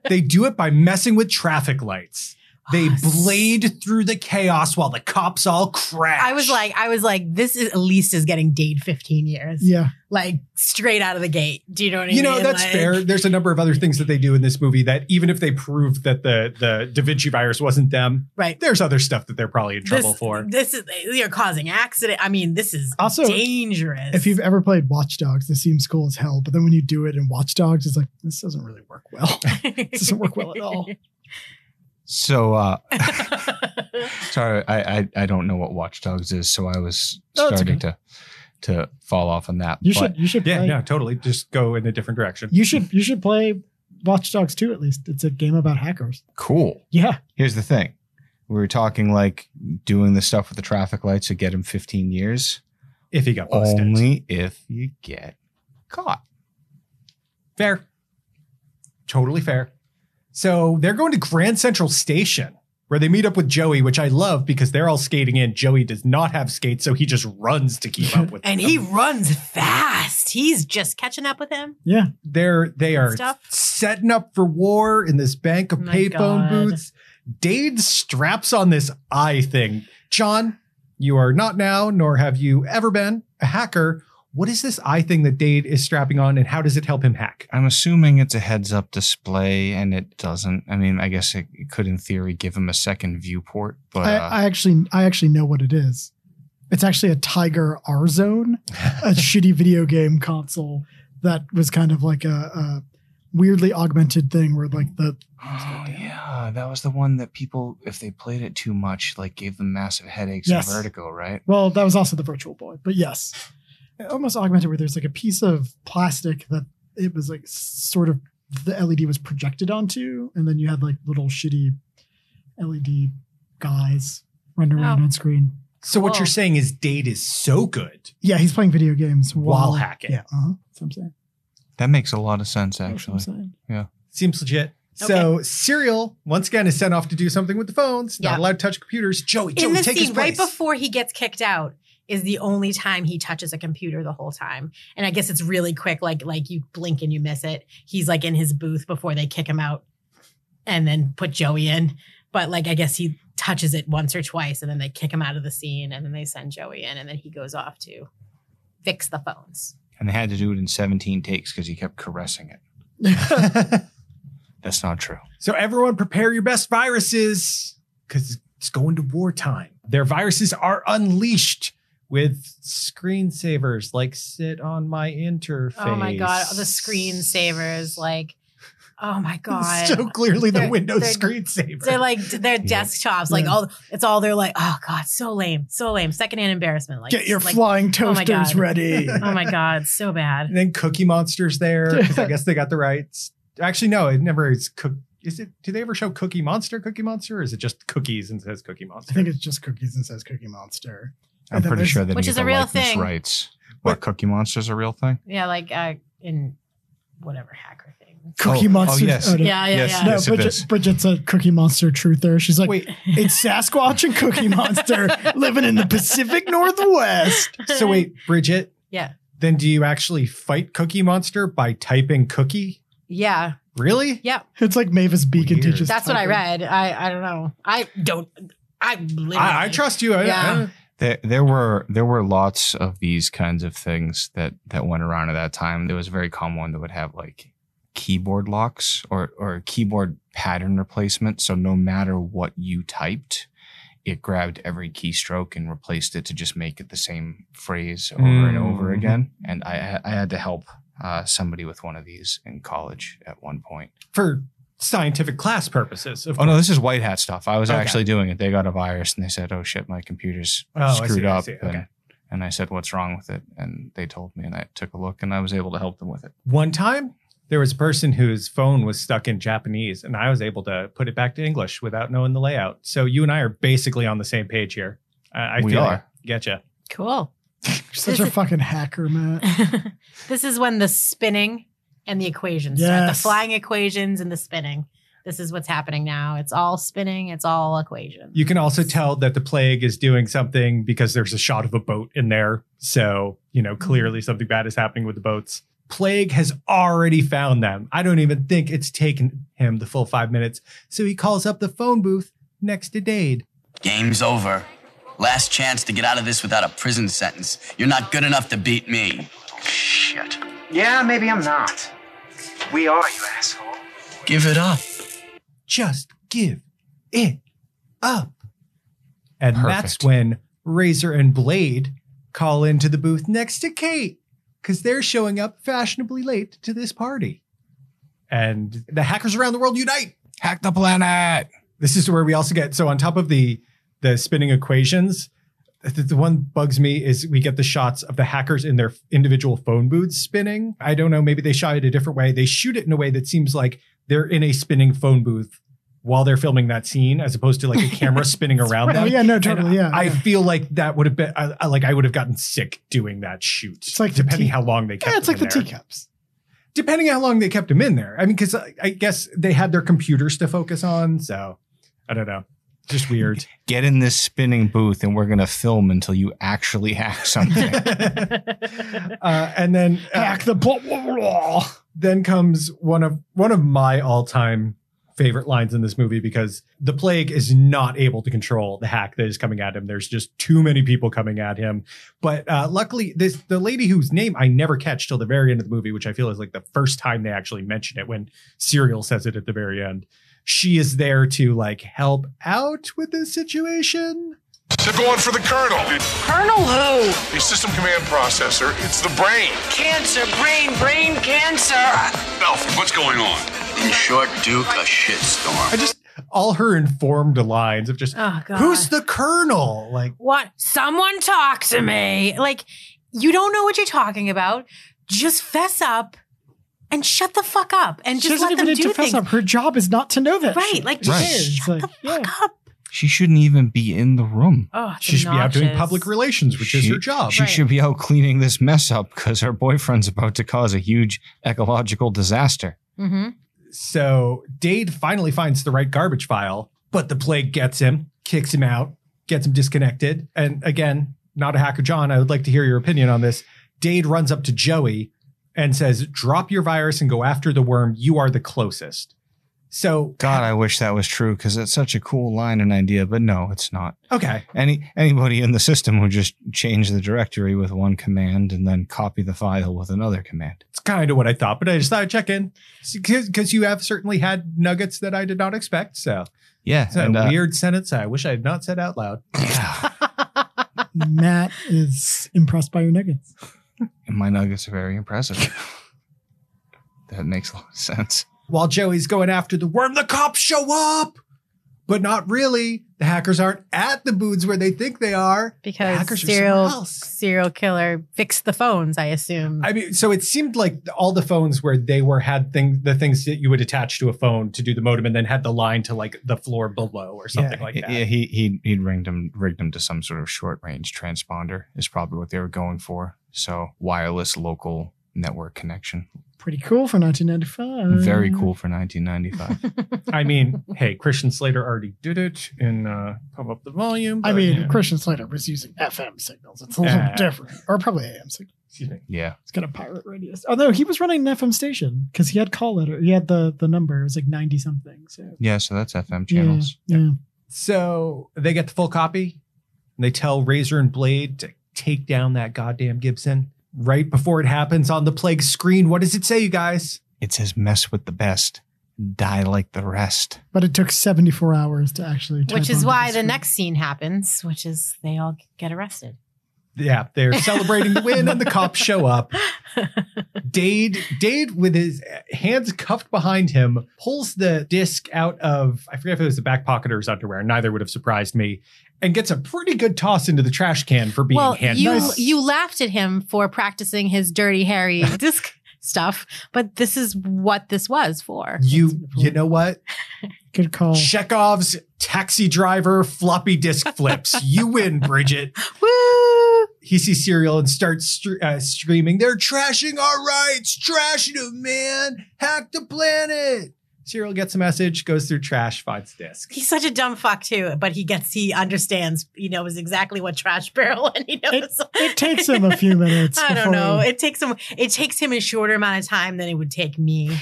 [SPEAKER 6] they do it by messing with traffic lights. They blade through the chaos while the cops all crash.
[SPEAKER 5] I was like, I was like, this is at least is getting Dade 15 years.
[SPEAKER 4] Yeah.
[SPEAKER 5] Like straight out of the gate. Do you know what I
[SPEAKER 6] you
[SPEAKER 5] mean?
[SPEAKER 6] know that's
[SPEAKER 5] Like-
[SPEAKER 6] fair there's a number of other things that they do in this movie that even if they prove that the the da vinci virus wasn't them
[SPEAKER 5] right
[SPEAKER 6] there's other stuff that they're probably in trouble
[SPEAKER 5] this,
[SPEAKER 6] for
[SPEAKER 5] This is you're causing accident. I mean, this is
[SPEAKER 4] Also,
[SPEAKER 5] dangerous.
[SPEAKER 4] If you've ever played Watch Dogs, this seems cool as hell. But then when you do it in Watch Dogs, it's like, this doesn't really work well. this doesn't work well at all.
[SPEAKER 7] So uh sorry, I, I I don't know what Watch Dogs is, so I was
[SPEAKER 4] No, it's
[SPEAKER 7] starting to to fall off on that.
[SPEAKER 4] You
[SPEAKER 7] but-
[SPEAKER 4] should you should
[SPEAKER 6] yeah
[SPEAKER 4] play,
[SPEAKER 6] no totally just go in a different direction
[SPEAKER 4] you should you should play Watch Dogs 2 at least. It's a game about hackers.
[SPEAKER 7] Cool.
[SPEAKER 4] Yeah.
[SPEAKER 7] Here's the thing. We were talking like doing the stuff with the traffic lights to get him 15 years.
[SPEAKER 6] If he got busted.
[SPEAKER 7] Only if you get caught.
[SPEAKER 6] fair totally fair so they're going to grand central station where they meet up with Joey, which I love because they're all skating in. Joey does not have skates, so he just runs to keep up with
[SPEAKER 5] And
[SPEAKER 6] them.
[SPEAKER 5] he runs fast. He's just catching up with him.
[SPEAKER 6] Yeah. They're they are
[SPEAKER 5] Stuff.
[SPEAKER 6] setting up for war in this bank of
[SPEAKER 5] My God.
[SPEAKER 6] payphone booths. Dade straps on this eye thing. John, you are not now, nor have you ever been a hacker. What is this eye thing that Dade is strapping on and how does it help him hack?
[SPEAKER 7] I'm assuming it's a heads up display and it doesn't. I mean, I guess it it could, in theory, give him a second viewport, but
[SPEAKER 4] I,
[SPEAKER 7] uh,
[SPEAKER 4] I actually I actually know what it is. It's actually a Tiger R Zone, a shitty video game console that was kind of like a, a weirdly augmented thing where like the
[SPEAKER 7] Oh yeah, that was the one that people, if they played it too much, like gave them massive headaches
[SPEAKER 4] Yes.
[SPEAKER 7] and vertigo, right?
[SPEAKER 4] well that was also the Virtual Boy, but yes, almost augmented where there's like a piece of plastic that it was like sort of the LED was projected onto, and then you had like little shitty LED guys running around
[SPEAKER 6] Oh.
[SPEAKER 4] on screen.
[SPEAKER 6] So what you're saying is Dade is so good.
[SPEAKER 4] Yeah, he's playing video games while,
[SPEAKER 6] While hacking.
[SPEAKER 4] Yeah, uh-huh, that's what I'm saying.
[SPEAKER 7] That makes a lot of sense, actually. Yeah.
[SPEAKER 6] Seems legit. So Serial once again is sent off to do something with the phones. Not allowed to touch computers. Joey, Joey,
[SPEAKER 5] in this
[SPEAKER 6] take his
[SPEAKER 5] scene, right
[SPEAKER 6] place.
[SPEAKER 5] before he gets kicked out, is the only time he touches a computer the whole time. And I guess it's really quick, like like you blink and you miss it. He's like in his booth before they kick him out and then put Joey in. But like I guess he touches it once or twice and then they kick him out of the scene and then they send Joey in and then he goes off to fix the phones.
[SPEAKER 7] And they had to do it in 17 takes because he kept caressing it. That's not true.
[SPEAKER 6] So everyone prepare your best viruses because it's going to wartime. Their viruses are unleashed with screensavers like sit on my interface.
[SPEAKER 5] Oh my god, the screensavers, like oh my god.
[SPEAKER 6] so clearly the
[SPEAKER 5] They're-
[SPEAKER 6] Windows
[SPEAKER 5] they're-
[SPEAKER 6] screensaver.
[SPEAKER 5] They're like their desktops, like
[SPEAKER 6] Yeah.
[SPEAKER 5] all it's all they're like, oh god, so lame, so lame. Secondhand embarrassment. Like
[SPEAKER 6] Get your
[SPEAKER 5] like,
[SPEAKER 6] flying
[SPEAKER 5] oh my
[SPEAKER 6] toasters
[SPEAKER 5] God.
[SPEAKER 6] ready.
[SPEAKER 5] oh my god, it's so bad.
[SPEAKER 6] And then Cookie Monster's there because I guess they got the rights. Actually, no, it never is. Cook- is it? Do they ever show Cookie Monster? Cookie Monster, or is it just cookies and says Cookie Monster?
[SPEAKER 4] I think it's just cookies and says Cookie Monster.
[SPEAKER 7] I'm
[SPEAKER 4] And then
[SPEAKER 7] pretty
[SPEAKER 4] there's-
[SPEAKER 7] sure they
[SPEAKER 5] Which
[SPEAKER 7] need
[SPEAKER 5] is
[SPEAKER 7] the
[SPEAKER 5] a real
[SPEAKER 7] likeness
[SPEAKER 5] thing.
[SPEAKER 7] rights. What Cookie Monster's a real thing?
[SPEAKER 5] Yeah, like uh, in whatever hacker thing.
[SPEAKER 4] Cookie
[SPEAKER 7] Oh, oh,
[SPEAKER 4] Monster.
[SPEAKER 7] yes.
[SPEAKER 4] no.
[SPEAKER 5] Yeah, yeah, Yes, yeah.
[SPEAKER 4] No,
[SPEAKER 7] yes, it
[SPEAKER 4] Bridget,
[SPEAKER 7] is.
[SPEAKER 4] Bridget's a Cookie Monster truther. She's like, it's Sasquatch and Cookie Monster living in the Pacific Northwest.
[SPEAKER 6] so wait, Bridget.
[SPEAKER 5] Yeah.
[SPEAKER 6] Then do you actually fight Cookie Monster by typing Cookie?
[SPEAKER 5] Yeah.
[SPEAKER 6] Really?
[SPEAKER 5] Yeah.
[SPEAKER 4] It's like Mavis Beacon teaches.
[SPEAKER 5] That's what I
[SPEAKER 4] typing.
[SPEAKER 5] read. I I don't know. I don't I literally
[SPEAKER 6] I, I trust you. I,
[SPEAKER 5] Yeah.
[SPEAKER 7] There, there were there were lots of these kinds of things that that went around at that time. There was a very common one that would have like keyboard locks or or keyboard pattern replacement. So no matter what you typed, it grabbed every keystroke and replaced it to just make it the same phrase over and over
[SPEAKER 6] Mhm.
[SPEAKER 7] again. And I I had to help uh, somebody with one of these in college at one point.
[SPEAKER 6] for scientific class purposes. Of
[SPEAKER 7] Oh no,
[SPEAKER 6] course.
[SPEAKER 7] this is white hat stuff. I was
[SPEAKER 6] Okay.
[SPEAKER 7] actually doing it. They got a virus and they said, "Oh shit, my computer's
[SPEAKER 6] Oh, I see,
[SPEAKER 7] screwed
[SPEAKER 6] I
[SPEAKER 7] up."
[SPEAKER 6] see.
[SPEAKER 7] And,
[SPEAKER 6] Okay.
[SPEAKER 7] and I said, "What's wrong with it?" And they told me, and I took a look, and I was able to help them with it.
[SPEAKER 6] One time, there was a person whose phone was stuck in Japanese, and I was able to put it back to English without knowing the layout. So you and I are basically on the same page here. I, I
[SPEAKER 7] We
[SPEAKER 6] feel
[SPEAKER 7] are.
[SPEAKER 6] you. Getcha.
[SPEAKER 5] Cool.
[SPEAKER 4] You're such a fucking hacker, Matt.
[SPEAKER 5] This is when the spinning and the equations start. The
[SPEAKER 4] Yes.
[SPEAKER 5] flying equations and the spinning. This is what's happening now. It's all spinning, it's all equations.
[SPEAKER 6] You can also tell that the plague is doing something because there's a shot of a boat in there. So, you know, clearly something bad is happening with the boats. Plague has already found them. I don't even think it's taken him the full five minutes. So he calls up the phone booth next to Dade.
[SPEAKER 8] Game's over. Last chance to get out of this without a prison sentence. You're not good enough to beat me. Shit.
[SPEAKER 3] Yeah, maybe I'm not. We are, you asshole.
[SPEAKER 8] Give it up.
[SPEAKER 6] Just give it up. And that's
[SPEAKER 7] Perfect.
[SPEAKER 6] when Razor and Blade call into the booth next to Kate because they're showing up fashionably late to this party. And the hackers around the world unite.
[SPEAKER 7] Hack the planet.
[SPEAKER 6] This is where we also get so on top of the the spinning equations. The, the one bugs me is we get the shots of the hackers in their individual phone booths spinning. I don't know. Maybe they shot it a different way. They shoot it in a way that seems like they're in a spinning phone booth while they're filming that scene, as opposed to like a camera spinning around
[SPEAKER 4] Oh,
[SPEAKER 6] them.
[SPEAKER 4] yeah, no,
[SPEAKER 6] And
[SPEAKER 4] totally, yeah,
[SPEAKER 6] I
[SPEAKER 4] yeah.
[SPEAKER 6] feel like that would have been I, I- like I would have gotten sick doing that shoot. It's
[SPEAKER 4] like the
[SPEAKER 6] depending
[SPEAKER 4] tea-
[SPEAKER 6] how long they kept.
[SPEAKER 4] Yeah, it's
[SPEAKER 6] them
[SPEAKER 4] like
[SPEAKER 6] in
[SPEAKER 4] the
[SPEAKER 6] there.
[SPEAKER 4] teacups.
[SPEAKER 6] Depending how long they kept him in there. I mean, because I, I guess they had their computers to focus on, so I don't know. Just weird.
[SPEAKER 7] Get in this spinning booth and we're going to film until you actually hack something.
[SPEAKER 6] uh, and then hack the Then comes one of one of my all-time favorite lines in this movie because the plague is not able to control the hack that is coming at him. There's just too many people coming at him. But uh, luckily, this the lady whose name I never catch till the very end of the movie, which I feel is like the first time they actually mention it when Serial says it at the very end. She is there to like help out with this situation.
[SPEAKER 16] They're going for the colonel. Colonel who? The system command processor. It's the brain.
[SPEAKER 9] Cancer, brain, brain cancer.
[SPEAKER 16] Alfred, what's going on?
[SPEAKER 8] In short, Duke, a shitstorm.
[SPEAKER 6] I just all her informed lines of just
[SPEAKER 5] Oh, God.
[SPEAKER 6] who's the colonel? Like
[SPEAKER 5] What? Someone talk to me. Like, you don't know what you're talking about. Just fess up and shut the fuck up and
[SPEAKER 4] She
[SPEAKER 5] just
[SPEAKER 4] doesn't
[SPEAKER 5] let
[SPEAKER 4] even
[SPEAKER 5] them
[SPEAKER 4] need
[SPEAKER 5] do
[SPEAKER 4] to fess
[SPEAKER 5] things.
[SPEAKER 4] up. Her job is not to know that.
[SPEAKER 5] Right,
[SPEAKER 4] shit.
[SPEAKER 5] like,
[SPEAKER 7] Right.
[SPEAKER 4] It's
[SPEAKER 5] just
[SPEAKER 4] like, yeah.
[SPEAKER 7] she shouldn't even be in the room.
[SPEAKER 5] Oh, it's
[SPEAKER 6] She should be out doing
[SPEAKER 5] obnoxious.
[SPEAKER 6] public relations, which is her job.
[SPEAKER 7] She should be out cleaning this mess up because her boyfriend's about to cause a huge ecological disaster.
[SPEAKER 5] Mm-hmm.
[SPEAKER 6] So Dade finally finds the right garbage file, but the plague gets him, kicks him out, gets him disconnected. And again, not a hacker, John. I would like to hear your opinion on this. Dade runs up to Joey and says, "Drop your virus and go after the worm. You are the closest." So
[SPEAKER 7] God, I wish that was true because it's such a cool line and idea, but no, it's not.
[SPEAKER 6] okay,
[SPEAKER 7] Any anybody in the system would just change the directory with one command and then copy the file with another command.
[SPEAKER 6] it's kind of what I thought, but I just thought I'd check in because you have certainly had nuggets that I did not expect. So
[SPEAKER 7] Yeah,
[SPEAKER 6] it's a
[SPEAKER 7] and, uh,
[SPEAKER 6] weird sentence. I wish I had not said out loud.
[SPEAKER 4] Matt is impressed by your nuggets.
[SPEAKER 7] and my nuggets are very impressive. that makes a lot of sense.
[SPEAKER 6] while Joey's going after the worm, the cops show up, but not really. The hackers aren't at the booths where they think they are The
[SPEAKER 5] Because
[SPEAKER 6] hackers are somewhere
[SPEAKER 5] serial
[SPEAKER 6] else.
[SPEAKER 5] serial killer fixed the phones, I assume.
[SPEAKER 6] I mean, so it seemed like all the phones where they were had things, the things that you would attach to a phone to do the modem, and then had the line to like the floor below or something like that.
[SPEAKER 7] Yeah, he he he'd rigged him rigged him to some sort of short range transponder is probably what they were going for. So wireless local network connection.
[SPEAKER 4] Pretty cool for 1995.
[SPEAKER 7] Very cool for 1995.
[SPEAKER 6] I mean, hey, Christian Slater already did it in uh, pump up the volume.
[SPEAKER 4] I
[SPEAKER 6] but,
[SPEAKER 4] mean,
[SPEAKER 6] yeah.
[SPEAKER 4] Christian Slater was using FM signals. It's a little
[SPEAKER 6] Yeah.
[SPEAKER 4] different, or probably AM signals.
[SPEAKER 6] Excuse me.
[SPEAKER 7] yeah.
[SPEAKER 4] It's got a pirate radius. Although he was running an FM station because he had call letter. He had the the number. It was like 90 something. So
[SPEAKER 7] Yeah, so that's FM channels.
[SPEAKER 4] Yeah. yeah.
[SPEAKER 6] So they get the full copy and they tell Razor and Blade to take down that goddamn Gibson. Right before it happens on the plague screen, what does it say, you guys?
[SPEAKER 7] It says mess with the best, die like the rest.
[SPEAKER 4] But it took 74 hours to actually.
[SPEAKER 5] which
[SPEAKER 4] type
[SPEAKER 5] is
[SPEAKER 4] onto
[SPEAKER 5] why
[SPEAKER 4] this.
[SPEAKER 5] the next scene happens, which is they all get arrested.
[SPEAKER 6] Yeah, they're celebrating the win and the cops show up. Dade, Dade with his hands cuffed behind him, pulls the disc out of, I forget if it was the back pocket or his underwear, neither would have surprised me, and gets a pretty good toss into the trash can for being
[SPEAKER 5] well,
[SPEAKER 6] hand
[SPEAKER 5] you
[SPEAKER 6] nice.
[SPEAKER 5] you laughed at him for practicing his dirty Harry disc stuff, but this is what this was for.
[SPEAKER 6] You you know what?
[SPEAKER 4] Good call.
[SPEAKER 6] Chekhov's taxi driver floppy disc flips. you win, Bridget.
[SPEAKER 5] Woo!
[SPEAKER 6] He sees cereal and starts str- uh, screaming, "They're trashing our rights! Trashing them, man! Hack the planet!" Serial gets a message, goes through trash, finds disc.
[SPEAKER 5] He's such a dumb fuck too, but he gets he understands, he knows exactly what trash barrel and he knows
[SPEAKER 4] It takes him a few minutes.
[SPEAKER 5] I don't
[SPEAKER 4] before-
[SPEAKER 5] know. It takes him it takes him a shorter amount of time than it would take me.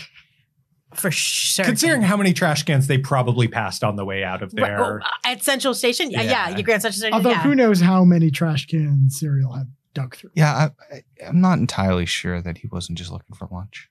[SPEAKER 5] For sure.
[SPEAKER 6] Considering how many trash cans they probably passed on the way out of there,
[SPEAKER 5] Right, oh, at Central Station? Yeah, yeah,
[SPEAKER 6] Yeah.
[SPEAKER 5] your Grand Central Station.
[SPEAKER 4] Although
[SPEAKER 5] yeah.
[SPEAKER 4] who knows how many trash cans cereal had dug through.
[SPEAKER 7] Yeah, I, I, I'm not entirely sure that he wasn't just looking for lunch.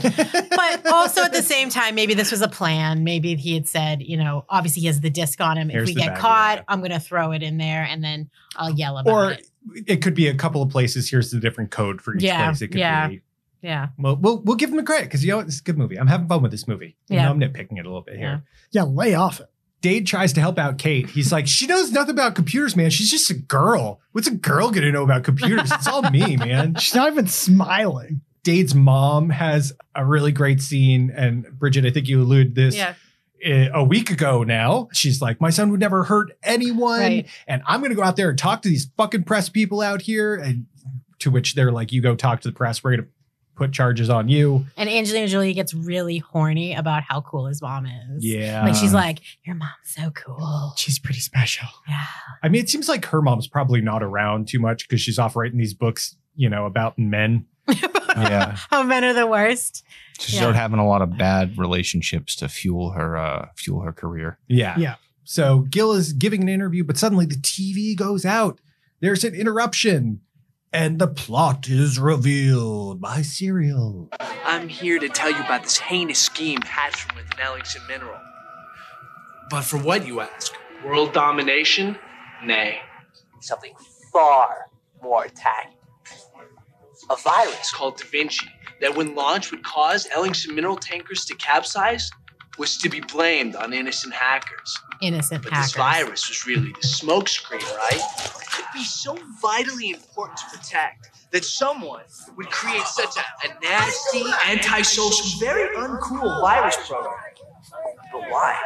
[SPEAKER 5] but also at the same time, maybe this was a plan. Maybe he had said, you know, obviously he has the disc on him.
[SPEAKER 6] Here's
[SPEAKER 5] if we
[SPEAKER 6] the
[SPEAKER 5] get
[SPEAKER 6] bag,
[SPEAKER 5] caught, I'm going to throw it in there and then I'll yell about
[SPEAKER 6] or
[SPEAKER 5] it.
[SPEAKER 6] it could be a couple of places. Here's the different code for each
[SPEAKER 5] Yeah,
[SPEAKER 6] place. It could
[SPEAKER 5] yeah.
[SPEAKER 6] be
[SPEAKER 5] Yeah.
[SPEAKER 6] Well, we'll we'll give him a credit because you know it's a good movie. I'm having fun with this movie.
[SPEAKER 5] Yeah.
[SPEAKER 6] Yeah, I'm nitpicking it a little bit here.
[SPEAKER 4] Yeah, lay off it.
[SPEAKER 6] Dade tries to help out Kate. He's like, she knows nothing about computers, man. She's just a girl. What's a girl gonna know about computers? It's all me, man.
[SPEAKER 4] She's not even smiling.
[SPEAKER 6] Dade's mom has a really great scene, and Bridget, I think you alluded this. uh, A week ago now, she's like, My son would never hurt anyone.
[SPEAKER 5] Right.
[SPEAKER 6] And I'm going to go out there and talk to these fucking press people out here. And to which they're like, You go talk to the press. We're going to put charges on you.
[SPEAKER 5] And Angelina Jolie gets really horny about how cool his mom is.
[SPEAKER 6] Yeah.
[SPEAKER 5] Like she's like, your mom's so cool.
[SPEAKER 6] She's pretty special.
[SPEAKER 5] Yeah.
[SPEAKER 6] I mean, it seems like her mom's probably not around too much because she's off writing these books, you know, about men.
[SPEAKER 7] yeah.
[SPEAKER 5] How Oh, men are the worst.
[SPEAKER 7] She
[SPEAKER 5] Yeah.
[SPEAKER 7] started having a lot of bad relationships to fuel her uh fuel her career.
[SPEAKER 6] Yeah.
[SPEAKER 4] Yeah.
[SPEAKER 6] So Gil is giving an interview, but suddenly the TV goes out. There's an interruption, and the plot is revealed by Serial.
[SPEAKER 12] I'm here to tell you about this heinous scheme hatched from within Ellingson Mineral. But for what, you ask? World domination? Nay. Something far more attacking. A virus called Da Vinci that, when launched, would cause Ellingson Mineral tankers to capsize was to be blamed on innocent hackers.
[SPEAKER 5] Innocent
[SPEAKER 12] But this
[SPEAKER 5] hacker.
[SPEAKER 12] virus was really the smokescreen, right? Could be so vitally important to protect that someone would create such a, a nasty, antisocial, very uncool virus program. But why?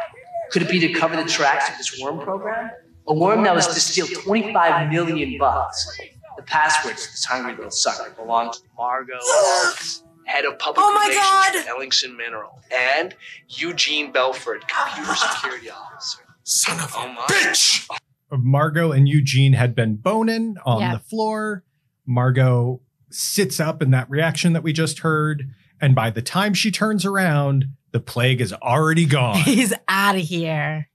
[SPEAKER 12] Could it be to cover the tracks of this worm program? A worm that was to steal 25 million bucks. The password to this hungry little sucker belongs to Margot, Owens, head of public
[SPEAKER 13] Oh my
[SPEAKER 12] relations at Ellingson Mineral, and Eugene Belford, computer security officer. Oh Son of a bitch!
[SPEAKER 6] Margot and Eugene had been boning on
[SPEAKER 12] Yeah.
[SPEAKER 6] the floor. Margot sits up in that reaction that we just heard. And by the time she turns around, the plague is already gone.
[SPEAKER 5] He's out of here.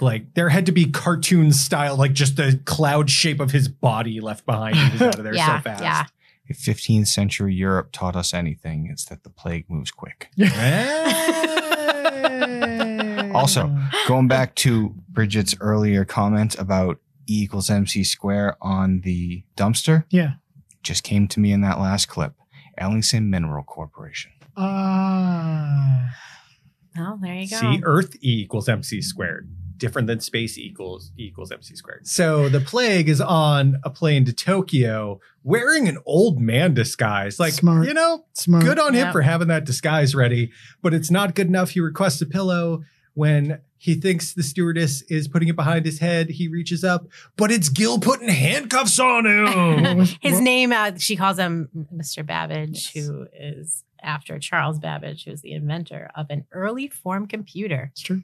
[SPEAKER 6] like there had to be cartoon style, like just the cloud shape of his body left behind. He was out of there
[SPEAKER 5] yeah,
[SPEAKER 6] so fast.
[SPEAKER 5] yeah.
[SPEAKER 7] If 15th century Europe taught us anything, it's that the plague moves quick. also, going back to Bridget's earlier comment about E equals MC square on the dumpster,
[SPEAKER 4] Yeah.
[SPEAKER 7] just came to me in that last clip. Ellingson Mineral Corporation.
[SPEAKER 4] Ah.
[SPEAKER 5] Oh, there you go.
[SPEAKER 6] See, Earth E equals MC squared, different than space E equals E equals MC squared. So the plague is on a plane to Tokyo wearing an old man disguise. Like,
[SPEAKER 4] Smart.
[SPEAKER 6] you know,
[SPEAKER 4] Smart.
[SPEAKER 6] good on him
[SPEAKER 4] Yeah.
[SPEAKER 6] for having that disguise ready, but it's not good enough. He requests a pillow when he thinks the stewardess is putting it behind his head. He reaches up, but it's Gil putting handcuffs on him.
[SPEAKER 5] His name, uh, she calls him Mr. Babbage, who is after Charles Babbage, who's the inventor of an early form computer. It's
[SPEAKER 4] true.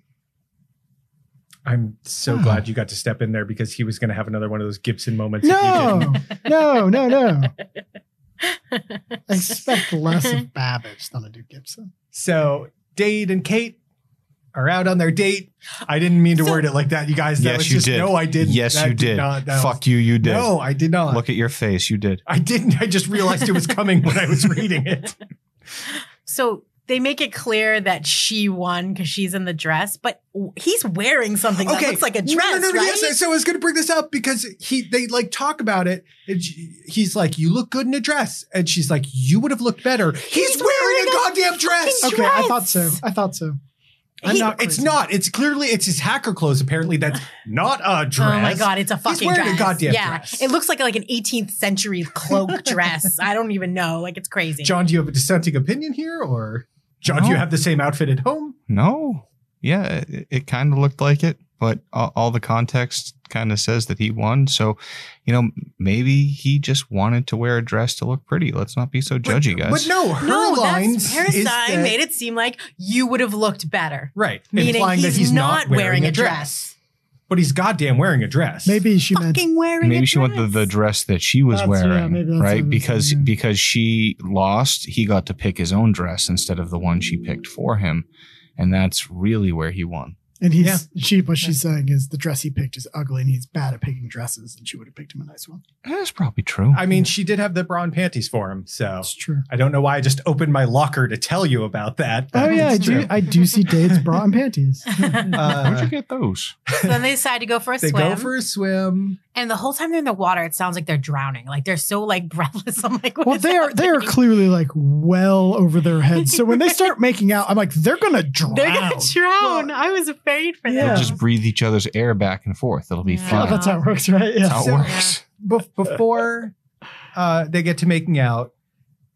[SPEAKER 6] I'm so glad you got to step in there because he was going to have another one of those Gibson moments. if you didn't.
[SPEAKER 4] No, no, no, no. I expect less of Babbage than I do Gibson.
[SPEAKER 6] So Dade and Kate are out on their date. I didn't mean to word it like that, you guys. That
[SPEAKER 7] yes,
[SPEAKER 6] was
[SPEAKER 7] you
[SPEAKER 6] just,
[SPEAKER 7] did.
[SPEAKER 6] No, I didn't.
[SPEAKER 7] Yes,
[SPEAKER 6] That
[SPEAKER 7] you did.
[SPEAKER 6] not- that
[SPEAKER 7] Fuck
[SPEAKER 6] was-
[SPEAKER 7] you, you did.
[SPEAKER 6] No, I did not.
[SPEAKER 7] Look at your face. You did.
[SPEAKER 6] I didn't. I just realized it was coming when I was reading it.
[SPEAKER 5] So they make it clear that she won because she's in the dress, but w- he's wearing something that looks like a
[SPEAKER 6] No,
[SPEAKER 5] dress,
[SPEAKER 6] No, no, no,
[SPEAKER 5] right?
[SPEAKER 6] yes, so I was going to bring this up because he they like talk about it. And she- he's like, "You look good in a dress," and she's like, "You would have looked better." He's, wearing, a goddamn dress.
[SPEAKER 4] Okay, I thought so. I thought so. I'm
[SPEAKER 6] He-
[SPEAKER 4] not
[SPEAKER 6] it's not. It's clearly it's his hacker clothes. Apparently, that's not a dress.
[SPEAKER 5] Oh my god, it's a fucking
[SPEAKER 6] He's wearing
[SPEAKER 5] dress.
[SPEAKER 6] a goddamn
[SPEAKER 5] yeah.
[SPEAKER 6] dress.
[SPEAKER 5] It looks like like an 18th century cloak dress. I don't even know. Like it's crazy.
[SPEAKER 6] John, do you have a dissenting opinion here, or John, do you
[SPEAKER 7] No.
[SPEAKER 6] have the same outfit at home?
[SPEAKER 7] No. Yeah, it, it kind of looked like it, but all, all the context kind of says that he won. So, you know, maybe he just wanted to wear a dress to look pretty. Let's not be so judgy, guys.
[SPEAKER 6] But no, oh, her
[SPEAKER 5] no,
[SPEAKER 6] lines
[SPEAKER 5] that's Parasite
[SPEAKER 6] is that-
[SPEAKER 5] made it seem like you would have looked better.
[SPEAKER 6] right,
[SPEAKER 5] Meaning
[SPEAKER 6] implying
[SPEAKER 5] he's
[SPEAKER 6] that he's not,
[SPEAKER 5] not wearing a
[SPEAKER 6] but he's goddamn wearing a dress.
[SPEAKER 4] Maybe she meant
[SPEAKER 5] Fucking wearing
[SPEAKER 7] maybe she went the, the dress that she was
[SPEAKER 4] That's- yeah,
[SPEAKER 7] wearing,
[SPEAKER 4] maybe that's what it
[SPEAKER 7] right?
[SPEAKER 4] was,
[SPEAKER 7] Because because she lost, he got to pick his own dress instead of the one she picked for him, and that's really where he won.
[SPEAKER 4] And he's she. What she's saying is the dress he picked is ugly, and he's bad at picking dresses. And she would have picked him a nice one.
[SPEAKER 7] That's probably true.
[SPEAKER 6] I mean, she did have the bra and panties for him, so it's
[SPEAKER 4] true.
[SPEAKER 6] I don't know why I just opened my locker to tell you about that. but
[SPEAKER 4] Oh yeah, I
[SPEAKER 6] it's
[SPEAKER 4] do.
[SPEAKER 6] true.
[SPEAKER 4] I uh, do see Dade's bra and panties.
[SPEAKER 7] Where'd you get those?
[SPEAKER 5] So then they decide to go for a
[SPEAKER 6] They
[SPEAKER 5] swim.
[SPEAKER 6] go for a swim.
[SPEAKER 5] and the whole time they're in the water, it sounds like they're drowning. Like they're so like breathless. I'm like, what
[SPEAKER 4] Well,
[SPEAKER 5] is
[SPEAKER 4] they are they are clearly like well over their heads. So when they start making out, I'm like, they're gonna drown.
[SPEAKER 5] They're gonna drown. I was afraid for
[SPEAKER 4] Yeah.
[SPEAKER 5] them.
[SPEAKER 7] They'll just breathe each other's air back and forth. It'll be
[SPEAKER 4] Oh,
[SPEAKER 7] fun.
[SPEAKER 4] that's how it works, right?
[SPEAKER 7] That's how it works.
[SPEAKER 6] Bef- before uh, they get to making out,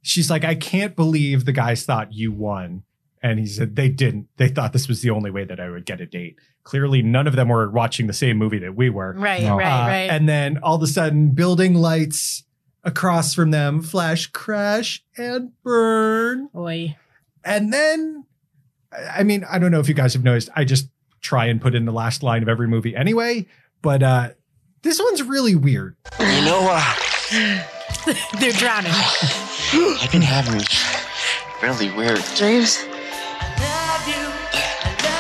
[SPEAKER 6] she's like, I can't believe the guys thought you won. And he said, they didn't. They thought this was the only way that I would get a date. Clearly, none of them were watching the same movie that we were. Uh,
[SPEAKER 5] Right, No. right, right.
[SPEAKER 6] And then all of a sudden, building lights, Across from them flash crash and burn.
[SPEAKER 5] Oi.
[SPEAKER 6] And then, I I mean, I don't know if you guys have noticed, I just try and put in the last line of every movie anyway, but uh, this one's really weird.
[SPEAKER 17] You know what?
[SPEAKER 5] They're drowning.
[SPEAKER 17] I've been having really weird dreams.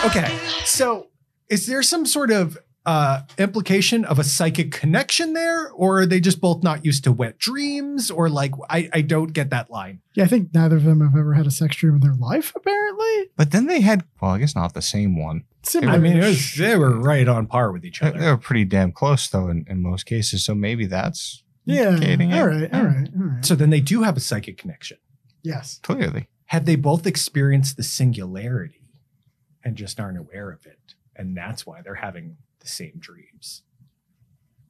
[SPEAKER 6] Okay. So is there some sort of uh, implication of a psychic connection there, or are they just both not used to wet dreams? Or like, I, I don't get that line.
[SPEAKER 4] Yeah, I think neither of them have ever had a sex dream in their life, apparently.
[SPEAKER 7] But then they had, well, I guess not the same one.
[SPEAKER 6] I mean, it was, they were right on par with each
[SPEAKER 7] They-
[SPEAKER 6] other.
[SPEAKER 7] They were pretty damn close, though, in, in most cases. So maybe that's
[SPEAKER 4] Yeah.
[SPEAKER 7] Kidding, yeah.
[SPEAKER 4] All right. All right. All right.
[SPEAKER 6] So then they do have a psychic connection.
[SPEAKER 4] Yes.
[SPEAKER 7] clearly.
[SPEAKER 6] Have they both experienced the singularity and just aren't aware of it? And that's why they're having the same dreams.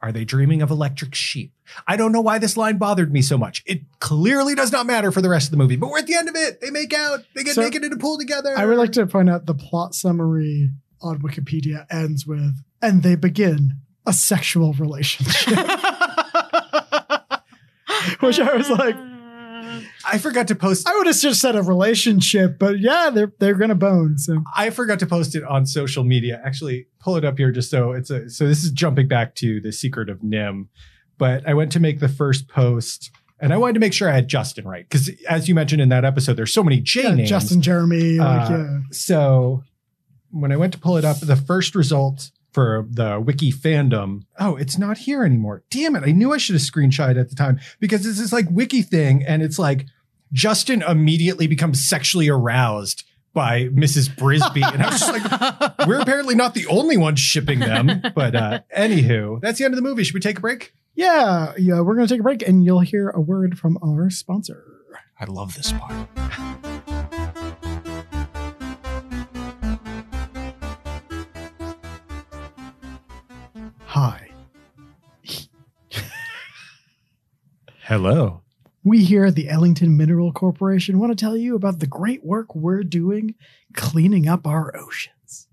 [SPEAKER 6] Are they dreaming of electric sheep? I don't know why this line bothered me so much. It clearly does not matter for the rest of the movie, but we're at the end of it. They make out, they get
[SPEAKER 4] So-
[SPEAKER 6] naked in a pool together.
[SPEAKER 4] I would like to point out the plot summary on Wikipedia ends with, and they begin a sexual relationship. Which I was like,
[SPEAKER 6] I forgot to post.
[SPEAKER 4] I would have just said a relationship, but yeah, they're they're gonna bone. So
[SPEAKER 6] I forgot to post it on social media. Actually, pull it up here just so it's a so this is jumping back to the secret of Nim, but I went to make the first post and I wanted to make sure I had Justin right because as you mentioned in that episode, there's so many J
[SPEAKER 4] yeah,
[SPEAKER 6] names.
[SPEAKER 4] Justin, Jeremy, like,
[SPEAKER 6] Uh,
[SPEAKER 4] yeah.
[SPEAKER 6] So when I went to pull it up, the first result for the wiki fandom, oh, it's not here anymore. Damn it. I knew I should have screenshot it at the time because it's this like wiki thing and it's like Justin immediately becomes sexually aroused by Mrs. Brisby. And I was just like, we're apparently not the only ones shipping them. But uh anywho, that's the end of the movie. Should we take a break?
[SPEAKER 4] Yeah, yeah, we're gonna take a break and you'll hear a word from our sponsor.
[SPEAKER 7] I love this part.
[SPEAKER 4] Hi.
[SPEAKER 6] Hello.
[SPEAKER 4] We here at the Ellington Mineral Corporation want to tell you about the great work we're doing cleaning up our oceans.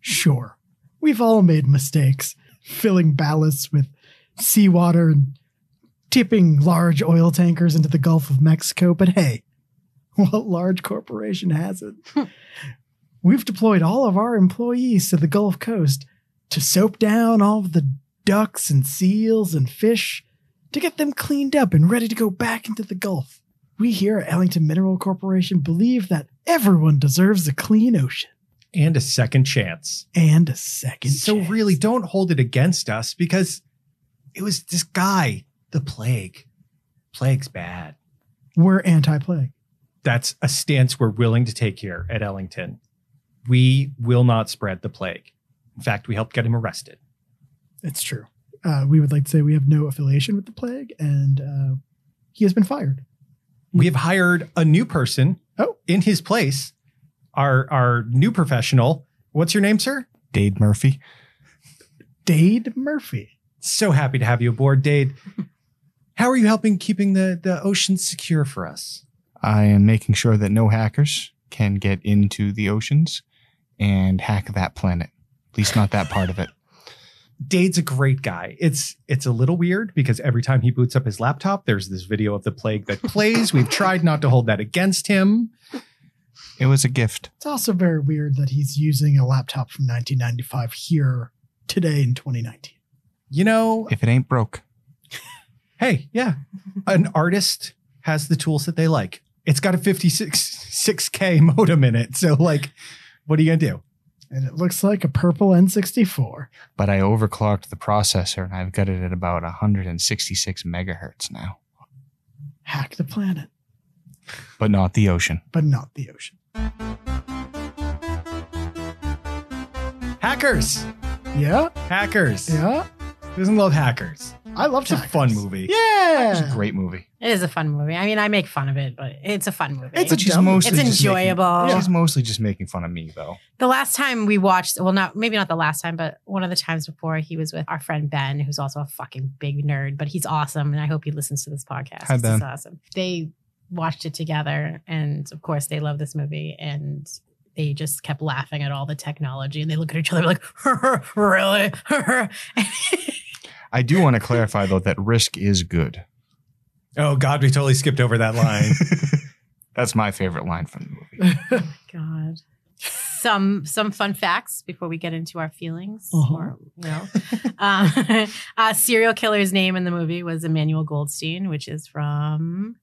[SPEAKER 4] Sure, we've all made mistakes, filling ballasts with seawater and tipping large oil tankers into the Gulf of Mexico, but hey, what large corporation hasn't? we've deployed all of our employees to the Gulf Coast to soap down all of the ducks and seals and fish to get them cleaned up and ready to go back into the Gulf. We here at Ellington Mineral Corporation believe that everyone deserves a clean ocean
[SPEAKER 6] And a second chance.
[SPEAKER 4] and a second.
[SPEAKER 6] So really don't hold it against us because it was this guy, the plague. Plague's bad.
[SPEAKER 4] We're anti plague.
[SPEAKER 6] That's a stance we're willing to take here at Ellington. We will not spread the plague. In fact, we helped get him arrested.
[SPEAKER 4] It's true. Uh, we would like to say we have no affiliation with the plague, and uh, he has been fired.
[SPEAKER 6] We have hired a new person
[SPEAKER 4] oh.
[SPEAKER 6] in his place, our our new professional. What's your name, sir?
[SPEAKER 7] Dade Murphy.
[SPEAKER 4] Dade Murphy.
[SPEAKER 6] So happy to have you aboard, Dade. How are you helping keeping the, the ocean secure for us?
[SPEAKER 7] I am making sure that no hackers can get into the oceans and hack that planet. At least not that part of it.
[SPEAKER 6] Dade's a great guy. It's it's a little weird because every time he boots up his laptop, there's this video of the plague that plays. We've tried not to hold that against him.
[SPEAKER 7] It was a gift.
[SPEAKER 4] It's also very weird that he's using a laptop from 1995 here today in 2019.
[SPEAKER 6] You know,
[SPEAKER 7] If it ain't broke,
[SPEAKER 6] hey, yeah, an artist has the tools that they like. It's got a 56 6K modem in it. So like, what are you gonna do?
[SPEAKER 4] And it looks like a purple N64.
[SPEAKER 7] but I overclocked the processor and I've got it at about 166 megahertz now,
[SPEAKER 4] Hack the planet,
[SPEAKER 7] but not the ocean.
[SPEAKER 4] but not the ocean.
[SPEAKER 6] Hackers.
[SPEAKER 4] Yeah.
[SPEAKER 6] Hackers.
[SPEAKER 4] Yeah.
[SPEAKER 6] Who doesn't love hackers?
[SPEAKER 4] I love
[SPEAKER 6] It's a fun movie.
[SPEAKER 7] It's
[SPEAKER 4] Yeah.
[SPEAKER 7] a great movie.
[SPEAKER 5] It is a fun movie. I mean, I make fun of it, but it's a fun movie.
[SPEAKER 7] But she's mostly
[SPEAKER 5] It's
[SPEAKER 7] just making-
[SPEAKER 5] enjoyable.
[SPEAKER 7] she's mostly just making fun of me, though.
[SPEAKER 5] The last time we watched, well, not maybe not the last time, but one of the times before, he was with our friend Ben, who's also a fucking big nerd, but he's awesome, and I hope he listens to this podcast.
[SPEAKER 7] Hi, Ben.
[SPEAKER 5] He's awesome. They watched it together, and of course, they love this movie, and they just kept laughing at all the technology, and they look at each other like, really?
[SPEAKER 7] I do want to clarify, though, that Risk is good.
[SPEAKER 6] Oh God, we totally skipped over that line.
[SPEAKER 7] That's my favorite line from the movie.
[SPEAKER 5] God. Some some fun facts before we get into our feelings.
[SPEAKER 7] Uh-huh.
[SPEAKER 5] Or, well, um, uh, serial killer's name in the movie was Emmanuel Goldstein, which is from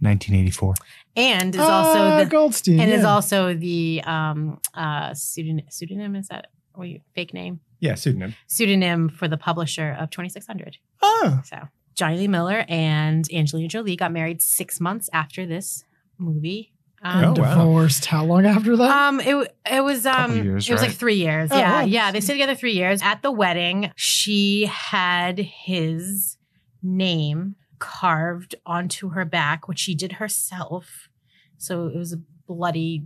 [SPEAKER 7] 1984.
[SPEAKER 5] and is
[SPEAKER 4] Ah,
[SPEAKER 5] also the
[SPEAKER 4] Goldstein,
[SPEAKER 5] and is
[SPEAKER 4] yeah.
[SPEAKER 5] also the um uh pseudonym, pseudonym is that what you, fake name
[SPEAKER 6] Yeah, pseudonym.
[SPEAKER 5] pseudonym for the publisher of 2600.
[SPEAKER 4] Ah.
[SPEAKER 5] Oh, so Johnny Lee Miller and Angelina Jolie got married six months after this movie.
[SPEAKER 4] And
[SPEAKER 6] Oh,
[SPEAKER 4] divorced. How long after that?
[SPEAKER 5] Um, it w- it was um,
[SPEAKER 4] years,
[SPEAKER 5] it was like
[SPEAKER 4] right?
[SPEAKER 5] three years.
[SPEAKER 4] Oh,
[SPEAKER 5] yeah,
[SPEAKER 4] wow.
[SPEAKER 5] yeah. They stayed together three years. At the wedding, she had his name carved onto her back, which she did herself. So it was a bloody.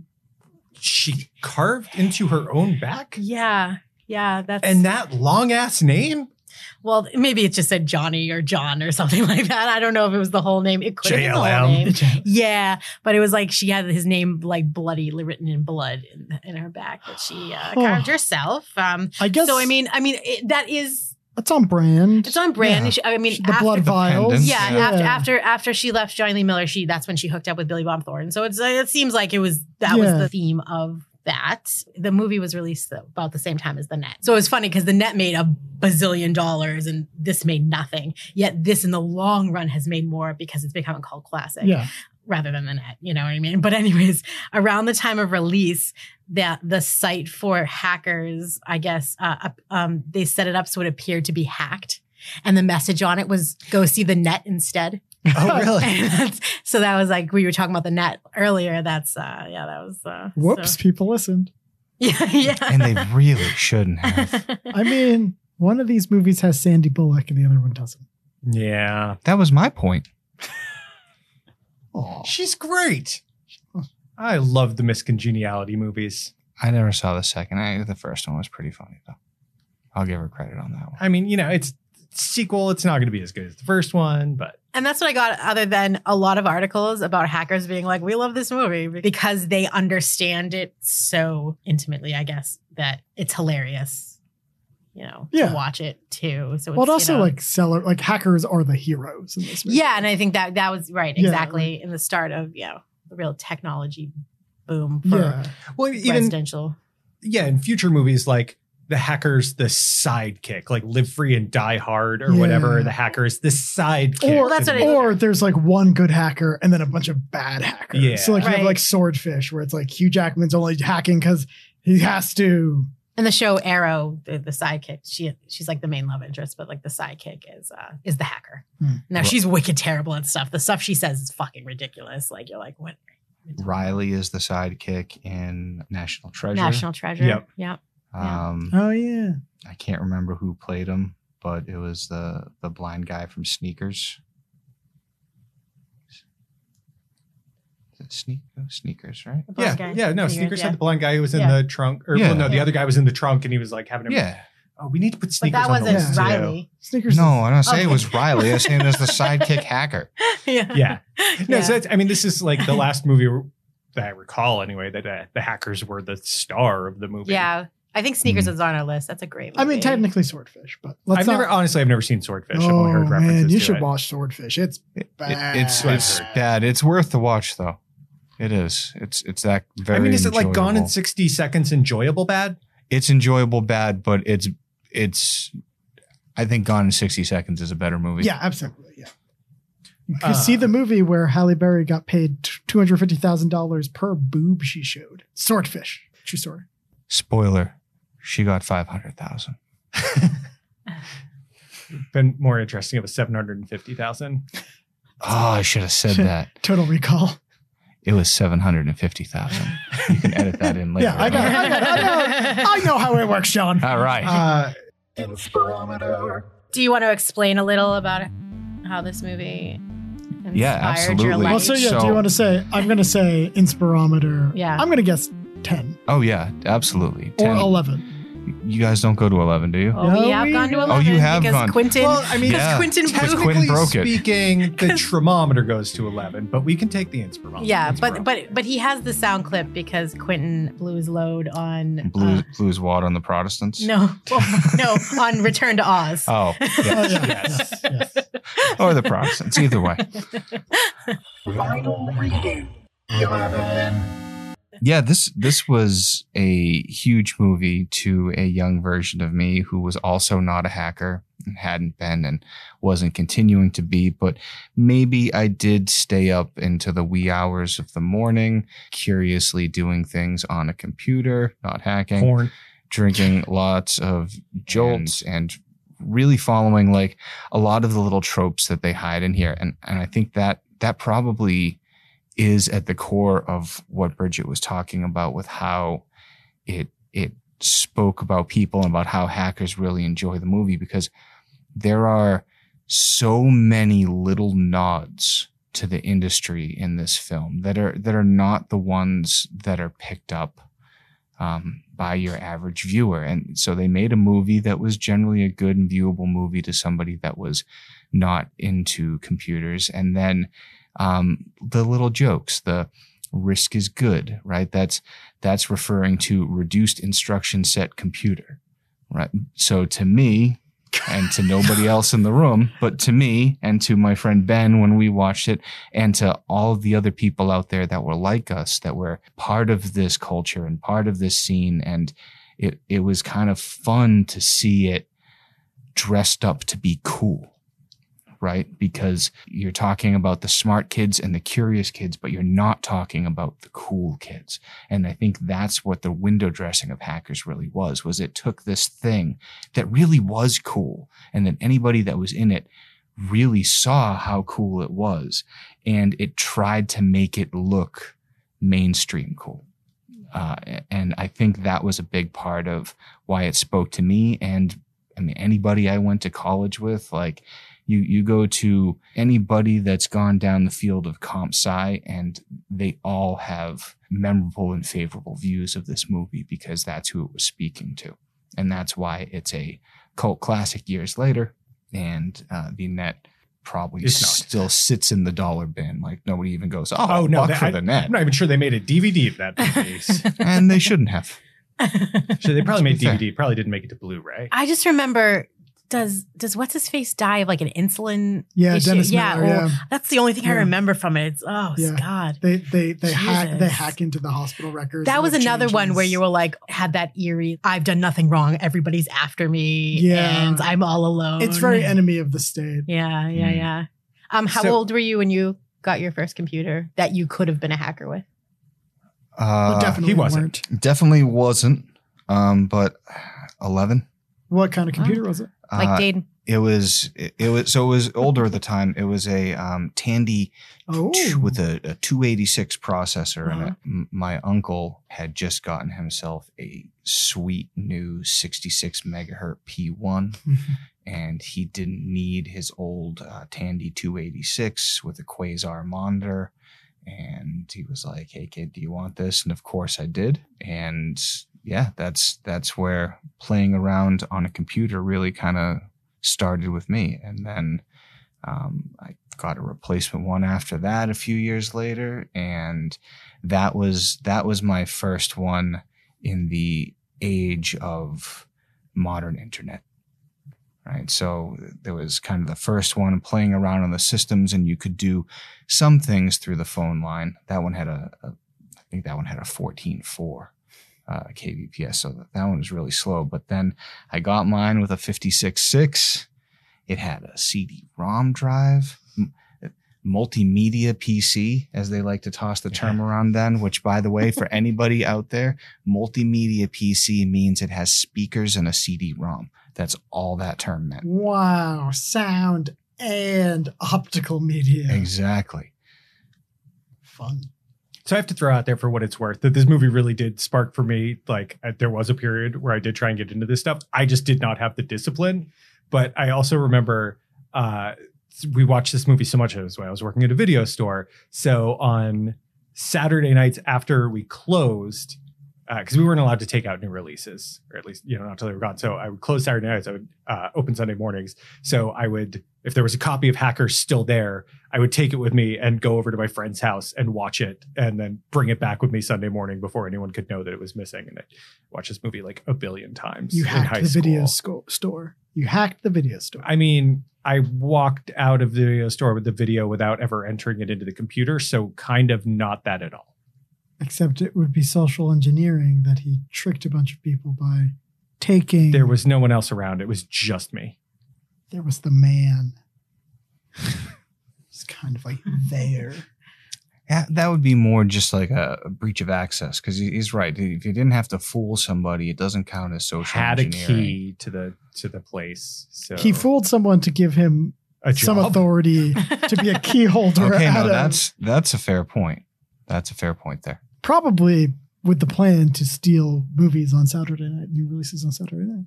[SPEAKER 6] She carved into her own back,
[SPEAKER 5] Yeah, yeah. That's
[SPEAKER 6] and that long ass name,
[SPEAKER 5] Well, maybe it just said Johnny or John or something like that. I don't know if it was the whole name. It could have been the whole
[SPEAKER 6] JLM.
[SPEAKER 5] name. Yeah, but it was like she had his name like bloody written in blood in, in her back that she uh,
[SPEAKER 4] Oh.
[SPEAKER 5] carved herself. Um,
[SPEAKER 4] I guess-
[SPEAKER 5] so. I mean, I mean it, that is
[SPEAKER 4] That's on brand.
[SPEAKER 5] it's on brand. She- I mean,
[SPEAKER 4] the blood vials.
[SPEAKER 5] Yeah, after after after she left Johnny Lee Miller, she that's when she hooked up with Billy Bob Thornton. So it's it seems like it was that was
[SPEAKER 4] Yeah.
[SPEAKER 5] the theme of that. The movie was released about the same time as The Net. So it was funny because The Net made a bazillion dollars and this made nothing. Yet this in the long run has made more because it's become a cult classic
[SPEAKER 4] Yeah.
[SPEAKER 5] rather than the net. You know what I mean? But anyways, around the time of release, that the site for hackers, I guess, uh, up- um, they set it up so it appeared to be hacked, and the message on it was "Go see the net instead."
[SPEAKER 6] Oh, really?
[SPEAKER 5] And that's- so that was like we were talking about the net earlier. That's uh, yeah, that was uh,
[SPEAKER 4] Whoops,
[SPEAKER 5] so-
[SPEAKER 4] people listened.
[SPEAKER 5] yeah, yeah.
[SPEAKER 7] And they really shouldn't have.
[SPEAKER 4] I mean, one of these movies has Sandy Bullock and the other one doesn't.
[SPEAKER 6] Yeah.
[SPEAKER 7] That was my point.
[SPEAKER 6] she's great. I love the miscongeniality movies.
[SPEAKER 7] I never saw the second. I, the first one was pretty funny, though. I'll give her credit on that one.
[SPEAKER 6] I mean, you know, it's sequel. It's not going to be as good as the first one, but
[SPEAKER 5] And that's what I got, other than a lot of articles about hackers being like, we love this movie because they understand it so intimately, I guess, that it's hilarious, you know,
[SPEAKER 4] Yeah.
[SPEAKER 5] to watch it too. So
[SPEAKER 4] Well, it
[SPEAKER 5] it's,
[SPEAKER 4] also
[SPEAKER 5] you know-
[SPEAKER 4] like seller, like hackers are the heroes in this movie.
[SPEAKER 5] yeah. And I think that that was right,
[SPEAKER 4] Yeah,
[SPEAKER 5] exactly, in the start of, you know, the real technology boom for
[SPEAKER 6] Yeah. Well, even-
[SPEAKER 5] residential.
[SPEAKER 6] yeah, in future movies like the hacker's the sidekick, like Live Free and Die Hard or whatever.
[SPEAKER 4] Yeah.
[SPEAKER 6] The hacker's the sidekick.
[SPEAKER 4] Or,
[SPEAKER 6] to the movie.
[SPEAKER 4] or there's like one good hacker and then a bunch of bad hackers.
[SPEAKER 6] Yeah.
[SPEAKER 4] So like you have
[SPEAKER 6] Right.
[SPEAKER 4] like Swordfish, where it's like Hugh Jackman's only hacking because he has to.
[SPEAKER 5] And the show Arrow, the, the sidekick, she she's like the main love interest, but like the sidekick is uh, is the hacker.
[SPEAKER 4] Hmm.
[SPEAKER 5] Now
[SPEAKER 7] Well-
[SPEAKER 5] she's wicked terrible at stuff. The stuff she says is fucking ridiculous. Like you're like, what
[SPEAKER 7] Riley is the sidekick in National Treasure.
[SPEAKER 5] National Treasure.
[SPEAKER 7] Yep.
[SPEAKER 5] Yep.
[SPEAKER 7] Um,
[SPEAKER 4] Oh yeah.
[SPEAKER 7] I can't remember who played him, but it was the the blind guy from Sneakers. Is it Sneak oh, Sneakers, right?
[SPEAKER 6] yeah, yeah, no, Sneakers had the blind guy who was in
[SPEAKER 7] Yeah.
[SPEAKER 6] the trunk, or
[SPEAKER 7] Yeah.
[SPEAKER 6] well, no, the other guy was in the trunk and he was like having him.
[SPEAKER 7] Yeah.
[SPEAKER 6] Oh, we need to put
[SPEAKER 5] But
[SPEAKER 6] Sneakers.
[SPEAKER 5] that
[SPEAKER 6] on the
[SPEAKER 5] wasn't
[SPEAKER 6] list, too.
[SPEAKER 5] Riley.
[SPEAKER 4] Sneakers.
[SPEAKER 7] No, I'm not saying it was
[SPEAKER 5] Okay.
[SPEAKER 7] Riley. I'm saying it was the sidekick hacker.
[SPEAKER 5] yeah.
[SPEAKER 6] Yeah. No,
[SPEAKER 5] Yeah.
[SPEAKER 6] so that's, I mean, this is like the last movie that I recall anyway that uh, the hackers were the star of the movie.
[SPEAKER 5] Yeah. I think Sneakers is on our list. That's a great movie.
[SPEAKER 4] Hmm. I mean, technically Swordfish, but let's
[SPEAKER 6] I've
[SPEAKER 4] not.
[SPEAKER 6] never honestly I've never seen Swordfish. I've
[SPEAKER 4] oh
[SPEAKER 6] only heard references
[SPEAKER 4] man, you
[SPEAKER 6] to
[SPEAKER 4] should
[SPEAKER 6] it.
[SPEAKER 4] watch Swordfish. It's
[SPEAKER 7] It-
[SPEAKER 4] bad.
[SPEAKER 7] it's it's bad. It's worth the watch though. It is. It's it's that very.
[SPEAKER 6] I mean, is it like Gone in
[SPEAKER 7] enjoyable.
[SPEAKER 6] sixty seconds? Enjoyable bad?
[SPEAKER 7] It's enjoyable bad, but it's it's. I think Gone in sixty seconds is a better movie.
[SPEAKER 4] yeah, absolutely. Yeah. You
[SPEAKER 7] Uh,
[SPEAKER 4] see the movie where Halle Berry got paid two hundred fifty thousand dollars per boob she showed. Swordfish. True story.
[SPEAKER 6] Oh
[SPEAKER 7] Spoiler: She got five hundred thousand.
[SPEAKER 6] Been more interesting of a seven hundred and fifty thousand.
[SPEAKER 7] Oh, I should have said that.
[SPEAKER 4] Total Recall.
[SPEAKER 7] It was seven hundred and fifty thousand. You can edit that in later.
[SPEAKER 4] Yeah, I got, I got, I know, I know how it works, Sean.
[SPEAKER 7] All right.
[SPEAKER 6] Uh,
[SPEAKER 5] Do you want to explain a little about how this movie inspired
[SPEAKER 7] Yeah,
[SPEAKER 5] your
[SPEAKER 7] absolutely.
[SPEAKER 5] life?
[SPEAKER 4] Well, so yeah, do you want to say? I'm going to say inspirometer.
[SPEAKER 5] Yeah.
[SPEAKER 4] I'm going to guess 10
[SPEAKER 7] Oh yeah, absolutely.
[SPEAKER 4] or 11.
[SPEAKER 7] you guys don't go to 11, do you?
[SPEAKER 5] Oh, we have gone to 11
[SPEAKER 7] Oh, you have
[SPEAKER 5] because
[SPEAKER 7] gone.
[SPEAKER 5] Quentin,
[SPEAKER 6] Well, I mean,
[SPEAKER 5] because
[SPEAKER 7] Yeah.
[SPEAKER 5] Quentin
[SPEAKER 7] Because
[SPEAKER 5] broke-
[SPEAKER 7] Quinn broke it.
[SPEAKER 6] speaking, the thermometer goes to 11, but we can take the inspirometer.
[SPEAKER 5] yeah, but but but he has the sound clip because Quentin blew his load on uh,
[SPEAKER 7] Blue, blue is water on the Protestants.
[SPEAKER 5] no, well, no, on Return to Oz.
[SPEAKER 7] Oh, yes, yes, Or the Protestants, either way.
[SPEAKER 18] Final reading.
[SPEAKER 7] Yeah, this this was a huge movie to a young version of me who was also not a hacker and hadn't been and wasn't continuing to be, but maybe I did stay up into the wee hours of the morning, curiously doing things on a computer, not hacking,
[SPEAKER 6] Porn.
[SPEAKER 7] drinking lots of jolts and, really following like a lot of the little tropes that they hide in here. And and I think that that probably is at the core of what Bridget was talking about with how it it spoke about people and about how hackers really enjoy the movie because there are so many little nods to the industry in this film that are that are not the ones that are picked up um, by your average viewer. And so they made a movie that was generally a good and viewable movie to somebody that was not into computers. And then um, the little jokes, the risk is good, right? That's that's referring to reduced instruction set computer, right? So to me, and to nobody else in the room, but to me and to my friend Ben when we watched it, and to all of the other people out there that were like us, that were part of this culture and part of this scene. And it, it was kind of fun to see it dressed up to be cool, right? Because you're talking about the smart kids and the curious kids, but you're not talking about the cool kids. And I think that's what the window dressing of hackers really was, was it took this thing that really was cool and that anybody that was in it really saw how cool it was and it tried to make it look mainstream cool. Uh, and I think that was a big part of why it spoke to me and I mean anybody I went to college with like you you go to anybody that's gone down the field of comp sci and they all have memorable and favorable views of this movie because that's who it was speaking to and that's why it's a cult classic years later and uh, the net probably
[SPEAKER 6] It's not.
[SPEAKER 7] still sits in the dollar bin like nobody even goes oh,
[SPEAKER 6] Oh, no,
[SPEAKER 7] no
[SPEAKER 6] that-
[SPEAKER 7] for
[SPEAKER 6] I-
[SPEAKER 7] the net
[SPEAKER 6] I'm not even sure they made a DVD of that. Piece.
[SPEAKER 7] and they shouldn't have
[SPEAKER 6] so they probably made
[SPEAKER 7] To be fair.
[SPEAKER 6] DVD. Probably didn't make it to Blu-ray.
[SPEAKER 5] I just remember does does what's his face die of like an insulin
[SPEAKER 4] Yeah,
[SPEAKER 5] issue?
[SPEAKER 4] Dennis Miller, yeah.
[SPEAKER 5] that's the only thing I
[SPEAKER 4] Yeah.
[SPEAKER 5] remember from it. It's, oh
[SPEAKER 4] Yeah.
[SPEAKER 5] God,
[SPEAKER 4] They they they hack they
[SPEAKER 5] Jesus.
[SPEAKER 4] hack into the hospital records.
[SPEAKER 5] that
[SPEAKER 4] and
[SPEAKER 5] was
[SPEAKER 4] it
[SPEAKER 5] another one
[SPEAKER 4] changes.
[SPEAKER 5] where you were like had that eerie. I've done nothing wrong. Everybody's after me,
[SPEAKER 4] Yeah.
[SPEAKER 5] and I'm all alone.
[SPEAKER 4] It's very enemy of the state.
[SPEAKER 5] Yeah, yeah,
[SPEAKER 4] Mm.
[SPEAKER 5] yeah. Um, how
[SPEAKER 4] So-
[SPEAKER 5] old were you when you got your first computer that you could have been a hacker with?
[SPEAKER 7] uh,
[SPEAKER 4] definitely He wasn't.
[SPEAKER 7] definitely wasn't um, but 11
[SPEAKER 4] What kind of computer was it?
[SPEAKER 7] Uh, It was it, it was so it was older at the time. It was a um, Tandy
[SPEAKER 4] Oh.
[SPEAKER 7] t- with a, a 286 processor, and
[SPEAKER 4] Uh-huh.
[SPEAKER 7] a, m- my uncle had just gotten himself a sweet new 66 megahertz P1,
[SPEAKER 4] Mm-hmm.
[SPEAKER 7] and he didn't need his old uh, Tandy 286 with a quasar monitor. And he was like, "Hey kid, do you want this?" And of course I did. And yeah, that's that's where playing around on a computer really kind of started with me. And then um, I got a replacement one after that a few years later, and that was that was my first one in the age of modern internet. Right. So there was kind of the first one playing around on the systems, and you could do some things through the phone line. That one had a, a I think that one had a 14.4 uh, kbps, so that, that one was really slow. But then I got mine with a 56.6. It had a CD-ROM drive, m- multimedia PC, as they like to toss the term around then. Which, by the way, for anybody out there, multimedia PC means it has speakers and a CD-ROM. That's all that term meant.
[SPEAKER 4] Wow, sound and optical media.
[SPEAKER 7] Exactly.
[SPEAKER 4] Fun.
[SPEAKER 6] So I have to throw out there for what it's worth that this movie really did spark for me. Like uh, there was a period where I did try and get into this stuff. I just did not have the discipline. But I also remember uh, we watched this movie so much. It was when I was working at a video store. So on Saturday nights after we closed, because we weren't allowed to take out new releases, or at least you know not until they were gone. So I would close Saturday nights. I would uh, open Sunday mornings. So I would, if there was a copy of Hackers still there, I would take it with me and go over to my friend's house and watch it, and then bring it back with me Sunday morning before anyone could know that it was missing. And I watched this movie like a billion times.
[SPEAKER 4] You
[SPEAKER 6] in
[SPEAKER 4] hacked
[SPEAKER 6] high
[SPEAKER 4] the video
[SPEAKER 6] school.
[SPEAKER 4] sco- store. You hacked the video store.
[SPEAKER 6] I mean, I walked out of the video store with the video without ever entering it into the computer, so kind of not that at all.
[SPEAKER 4] Except it would be social engineering that he tricked a bunch of people by taking.
[SPEAKER 6] There was no one else around. It was just me.
[SPEAKER 4] There was the man. it's kind of like there.
[SPEAKER 7] Yeah, that would be more just like a, a breach of access because he, he's right. If you didn't have to fool somebody, it doesn't count as social.
[SPEAKER 6] Had a
[SPEAKER 7] engineering.
[SPEAKER 6] key to the to the place. So
[SPEAKER 4] He fooled someone to give him
[SPEAKER 6] A
[SPEAKER 4] some
[SPEAKER 6] job?
[SPEAKER 4] authority to be a key holder.
[SPEAKER 7] Okay,
[SPEAKER 4] at
[SPEAKER 7] no,
[SPEAKER 4] a-
[SPEAKER 7] that's that's a fair point. That's a fair point there.
[SPEAKER 4] probably with the plan to steal movies on Saturday night, new releases on Saturday night.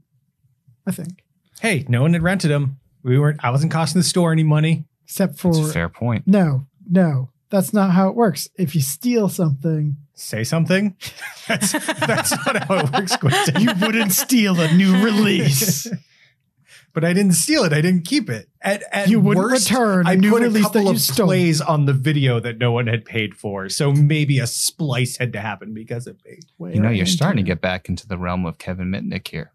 [SPEAKER 4] I think,
[SPEAKER 6] hey, no one had rented them. We weren't. I wasn't costing the store any money.
[SPEAKER 4] except for
[SPEAKER 7] point.
[SPEAKER 4] no, no, that's not how it works. If you steal something,
[SPEAKER 6] Say something. That's that's not how it works, Quentin.
[SPEAKER 4] you wouldn't steal a new release.
[SPEAKER 6] But I didn't steal it. I didn't keep it. At, at
[SPEAKER 4] You wouldn't
[SPEAKER 6] worst,
[SPEAKER 4] return a
[SPEAKER 6] I
[SPEAKER 4] new
[SPEAKER 6] put
[SPEAKER 4] release
[SPEAKER 6] a couple
[SPEAKER 4] that you
[SPEAKER 6] of
[SPEAKER 4] stole.
[SPEAKER 6] plays on the video that no one had paid for, so maybe a splice had to happen because of me.
[SPEAKER 7] You know, you're starting to get back into the realm of Kevin Mitnick here.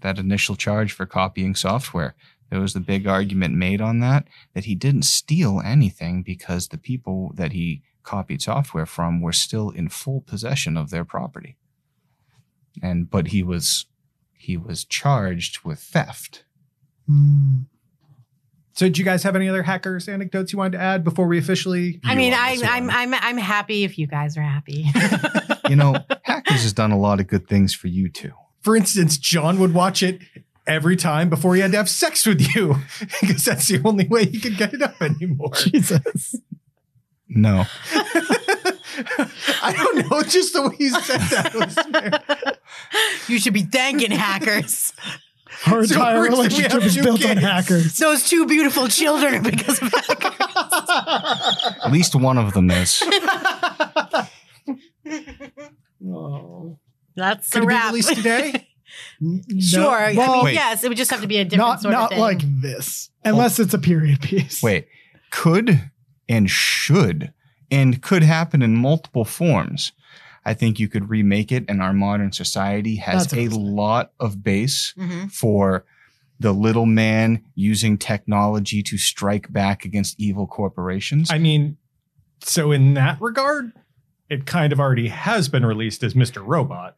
[SPEAKER 7] That initial charge for copying software, there was the big argument made on that that he didn't steal anything because the people that he copied software from were still in full possession of their property. And but he was he was charged with theft.
[SPEAKER 6] So, do you guys have any other hackers anecdotes you wanted to add before we officially?
[SPEAKER 5] I mean, I, I'm I'm I'm happy if you guys are happy.
[SPEAKER 7] You know, Hackers has done a lot of good things for you too.
[SPEAKER 6] For instance, John would watch it every time before he had to have sex with you because that's the only way he could get it up anymore.
[SPEAKER 4] Jesus.
[SPEAKER 7] No.
[SPEAKER 6] I don't know. Just the way you said that. Was
[SPEAKER 5] you should be thanking hackers.
[SPEAKER 4] Our entire relationship is built on hackers.
[SPEAKER 5] Those two beautiful children are because of hackers.
[SPEAKER 7] At least one of them is.
[SPEAKER 5] That's a
[SPEAKER 6] Could it be
[SPEAKER 5] wrap.
[SPEAKER 6] released today?
[SPEAKER 5] sure. I mean,
[SPEAKER 7] Wait.
[SPEAKER 5] yes, it would just have to be a different
[SPEAKER 4] Not
[SPEAKER 5] sort
[SPEAKER 4] Uh, not
[SPEAKER 5] of thing.
[SPEAKER 4] like this, unless it's a period piece.
[SPEAKER 7] Wait, could and should and could happen in multiple forms. I think you could remake it, and our modern society has
[SPEAKER 4] That's what
[SPEAKER 7] a
[SPEAKER 4] I'm
[SPEAKER 7] lot of base
[SPEAKER 4] Mhm.
[SPEAKER 7] for the little man using technology to strike back against evil corporations.
[SPEAKER 6] I mean, so in that regard, it kind of already has been released as Mr. Robot.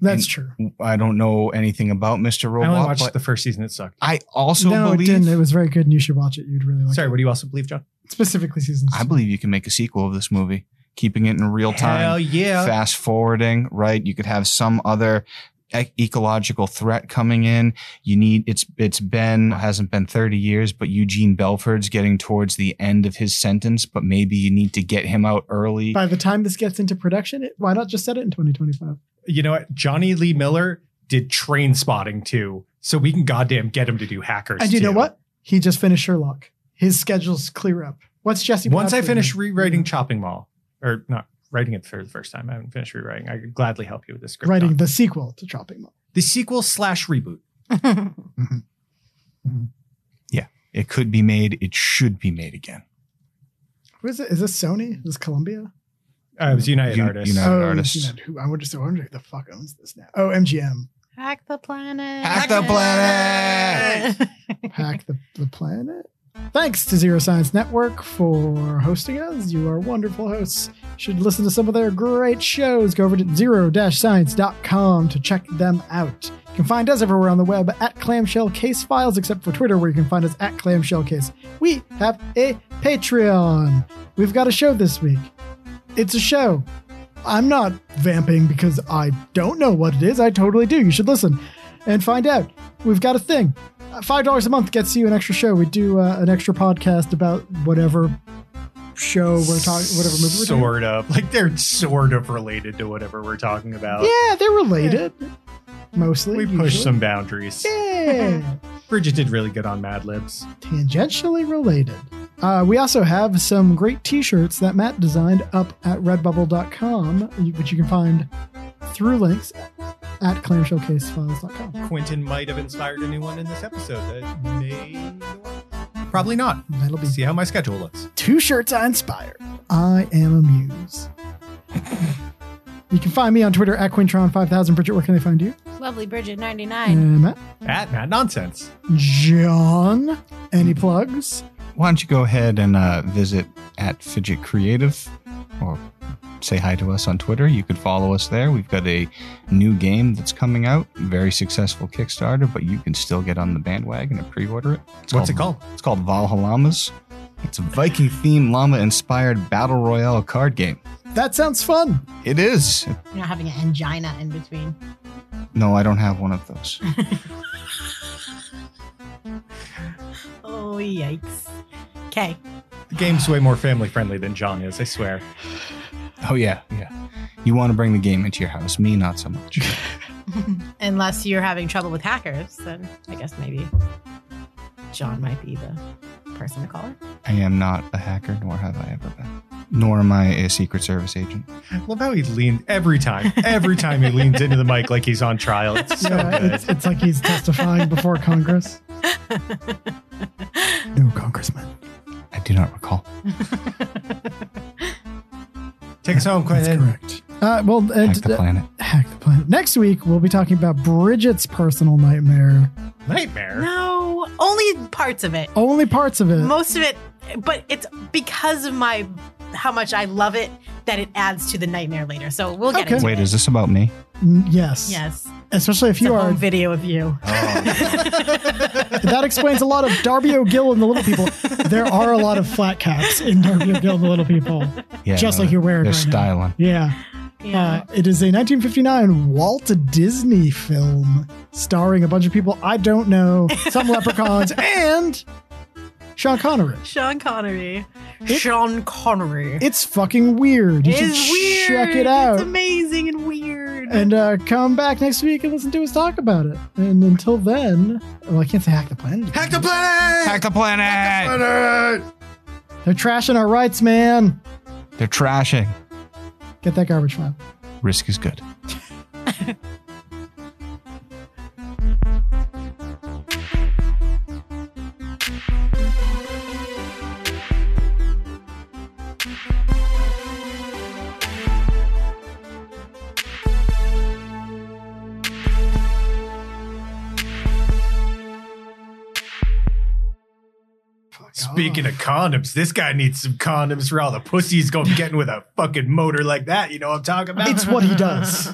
[SPEAKER 4] That's true.
[SPEAKER 7] I don't know anything about Mr. Robot.
[SPEAKER 6] I only watched
[SPEAKER 7] but
[SPEAKER 6] the first season. It sucked.
[SPEAKER 7] I also
[SPEAKER 4] no,
[SPEAKER 7] believe.
[SPEAKER 4] it didn't. It was very good, and you should watch it. You'd really like
[SPEAKER 6] Sorry, what do you also believe, John?
[SPEAKER 4] it. Specifically, season.
[SPEAKER 7] I believe you can make a sequel of this movie, keeping it in real time.
[SPEAKER 6] Hell yeah.
[SPEAKER 7] Fast forwarding, right? You could have some other e- ecological threat coming in. You need it's it's been it hasn't been 30 years, but Eugene Belford's getting towards the end of his sentence, but maybe you need to get him out early.
[SPEAKER 4] By the time this gets into production, it, why not just set it in 2025?
[SPEAKER 6] You know what? Johnny Lee Miller did train spotting too. So we can goddamn get him to do hackers.
[SPEAKER 4] And you know
[SPEAKER 6] too.
[SPEAKER 4] what? He just finished Sherlock. His schedule's clear up. What's Jesse?
[SPEAKER 6] Once I
[SPEAKER 4] Plemons
[SPEAKER 6] finish
[SPEAKER 4] doing?
[SPEAKER 6] rewriting Chopping Mall, or not writing it for the first time, I haven't finished rewriting. I could gladly help you with this script.
[SPEAKER 4] writing
[SPEAKER 6] Don.
[SPEAKER 4] the sequel to Chopping Mall.
[SPEAKER 6] the sequel slash reboot.
[SPEAKER 7] yeah, it could be made. It should be made again.
[SPEAKER 4] What is it? Is this Sony? Is this Columbia?
[SPEAKER 6] Uh, it was United
[SPEAKER 7] Un-
[SPEAKER 6] Artists.
[SPEAKER 7] United
[SPEAKER 4] oh,
[SPEAKER 7] Artists.
[SPEAKER 4] United. Who, I would just wonder who the fuck owns this now. Oh, MGM.
[SPEAKER 5] Hack the planet.
[SPEAKER 7] Hack the planet.
[SPEAKER 4] Hack the, the planet. Thanks to Zero Science Network for hosting us. You are wonderful hosts. You should listen to some of their great shows. Go over to zero-science.com to check them out. You can find us everywhere on the web at Clamshell Case Files, except for Twitter, where you can find us at Clamshell Case. We have a Patreon. We've got a show this week. It's a show. I'm not vamping because I don't know what it is. I totally do. You should listen and find out. We've got a thing. Uh, $5 a month gets you an extra show. We do uh, an extra podcast about whatever show we're talking, whatever movie we're doing.
[SPEAKER 6] Sort of. Like they're sort of related to whatever we're talking about.
[SPEAKER 4] Yeah, they're related. Mostly.
[SPEAKER 6] We
[SPEAKER 4] usually.
[SPEAKER 6] pushed some boundaries.
[SPEAKER 4] Yeah.
[SPEAKER 6] Bridget did really good on Mad Libs.
[SPEAKER 4] Tangentially related. Uh, we also have some great t shirts that Matt designed up at redbubble.com, which you can find through links at clamshellcasefiles.com.
[SPEAKER 6] Quentin might have inspired a new one in this episode. That may probably not.
[SPEAKER 4] That'll be
[SPEAKER 6] see how my schedule looks.
[SPEAKER 4] Two shirts I inspire. I am a muse. you can find me on Twitter at Quintron5000. Bridget, where can they find you?
[SPEAKER 5] Lovely Bridget 99.
[SPEAKER 4] And Uh, Matt.
[SPEAKER 6] At Mad Nonsense.
[SPEAKER 4] John. Any plugs?
[SPEAKER 7] Why don't you go ahead and uh, visit at Fidget Creative or say hi to us on Twitter? You could follow us there. We've got a new game that's coming out, very successful Kickstarter, but you can still get on the bandwagon and pre order it. It's
[SPEAKER 6] What's it called?
[SPEAKER 7] It's called Valhallamas. It's a Viking themed llama inspired battle royale card game.
[SPEAKER 4] That sounds fun.
[SPEAKER 7] It is.
[SPEAKER 5] You're not having an angina in between.
[SPEAKER 7] No, I don't have one of those.
[SPEAKER 5] Oh, yikes. Okay.
[SPEAKER 6] The game's way more family friendly than John is, I swear.
[SPEAKER 7] Oh, yeah. Yeah. You want to bring the game into your house. Me, not so much.
[SPEAKER 5] Unless you're having trouble with hackers, then I guess maybe John might be the person to call it.
[SPEAKER 7] I am not a hacker, nor have I ever been. Nor am I a Secret Service agent.
[SPEAKER 6] Love how he leaned every time. Every time he leans into the mic like he's on trial. It's so
[SPEAKER 4] Yeah,
[SPEAKER 6] good.
[SPEAKER 4] it's, it's like he's testifying before Congress. no, Congressman.
[SPEAKER 7] I do not recall.
[SPEAKER 6] Take us home, Quentin.
[SPEAKER 4] correct. Uh, well, uh,
[SPEAKER 7] Oh, Hack the planet.
[SPEAKER 4] hack the planet. Next week, we'll be talking about Bridget's personal nightmare.
[SPEAKER 6] Nightmare.
[SPEAKER 5] No, only parts of it.
[SPEAKER 4] Only parts of it.
[SPEAKER 5] Most of it, but it's because of my how much I love it that it adds to the nightmare later. So we'll get into
[SPEAKER 7] Wait,
[SPEAKER 5] it.
[SPEAKER 7] is this about me?
[SPEAKER 4] Mm, yes.
[SPEAKER 5] Yes.
[SPEAKER 4] Especially if you
[SPEAKER 5] Home
[SPEAKER 4] are.
[SPEAKER 5] video of you.
[SPEAKER 7] Oh.
[SPEAKER 4] that explains a lot of Darby O'Gill and the Little People. There are a lot of flat caps in Darby O'Gill and the Little People.
[SPEAKER 7] Yeah,
[SPEAKER 4] just
[SPEAKER 7] no,
[SPEAKER 4] like you're wearing
[SPEAKER 7] They're
[SPEAKER 4] right now.
[SPEAKER 7] styling.
[SPEAKER 4] Yeah. Uh, it is a 1959 Walt Disney film starring a bunch of people I don't know, some leprechauns, and Sean Connery.
[SPEAKER 5] Sean Connery. Sean Connery.
[SPEAKER 4] It's fucking weird. You
[SPEAKER 5] It
[SPEAKER 4] should
[SPEAKER 5] is weird.
[SPEAKER 4] check it out.
[SPEAKER 5] It's amazing and weird.
[SPEAKER 4] and uh, come back next week and listen to us talk about it. And until then, well, I can't say hack the planet.
[SPEAKER 6] Hack the planet!
[SPEAKER 7] Hack the planet!
[SPEAKER 4] They're trashing our rights, man.
[SPEAKER 7] They're trashing.
[SPEAKER 4] Get that garbage file.
[SPEAKER 7] Risk is good.
[SPEAKER 6] Speaking of condoms, this guy needs some condoms for all the pussies he's gonna be getting with a fucking motor like that. You know what I'm talking about?
[SPEAKER 4] It's what he does.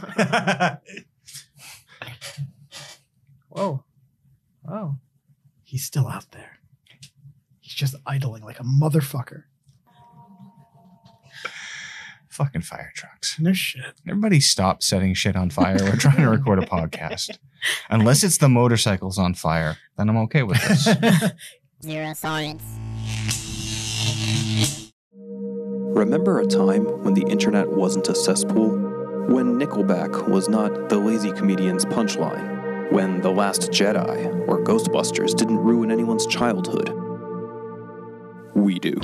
[SPEAKER 5] Whoa. Whoa.
[SPEAKER 4] He's still out there. He's just idling like a motherfucker.
[SPEAKER 7] Fucking fire trucks.
[SPEAKER 4] No shit.
[SPEAKER 7] Everybody stop setting shit on fire. We're trying to record a podcast. Unless it's the motorcycles on fire, then I'm okay with this.
[SPEAKER 18] Zero science.
[SPEAKER 19] Remember a time when the internet wasn't a cesspool? When Nickelback was not the lazy comedian's punchline? When The Last Jedi or Ghostbusters didn't ruin anyone's childhood? We do.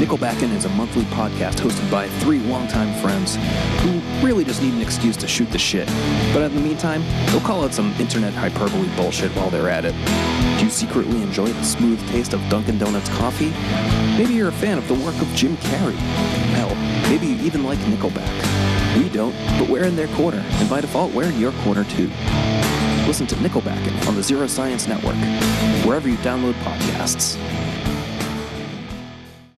[SPEAKER 19] Nickelbackin' is a monthly podcast hosted by three longtime friends who really just need an excuse to shoot the shit. But in the meantime, they'll call out some internet hyperbole bullshit while they're at it. Do you secretly enjoy the smooth taste of Dunkin' Donuts coffee? Maybe you're a fan of the work of Jim Carrey. Hell, maybe you even like Nickelback. We don't, but we're in their corner, and by default, we're in your corner too. Listen to Nickelbackin' on the Zero Science Network, wherever you download podcasts.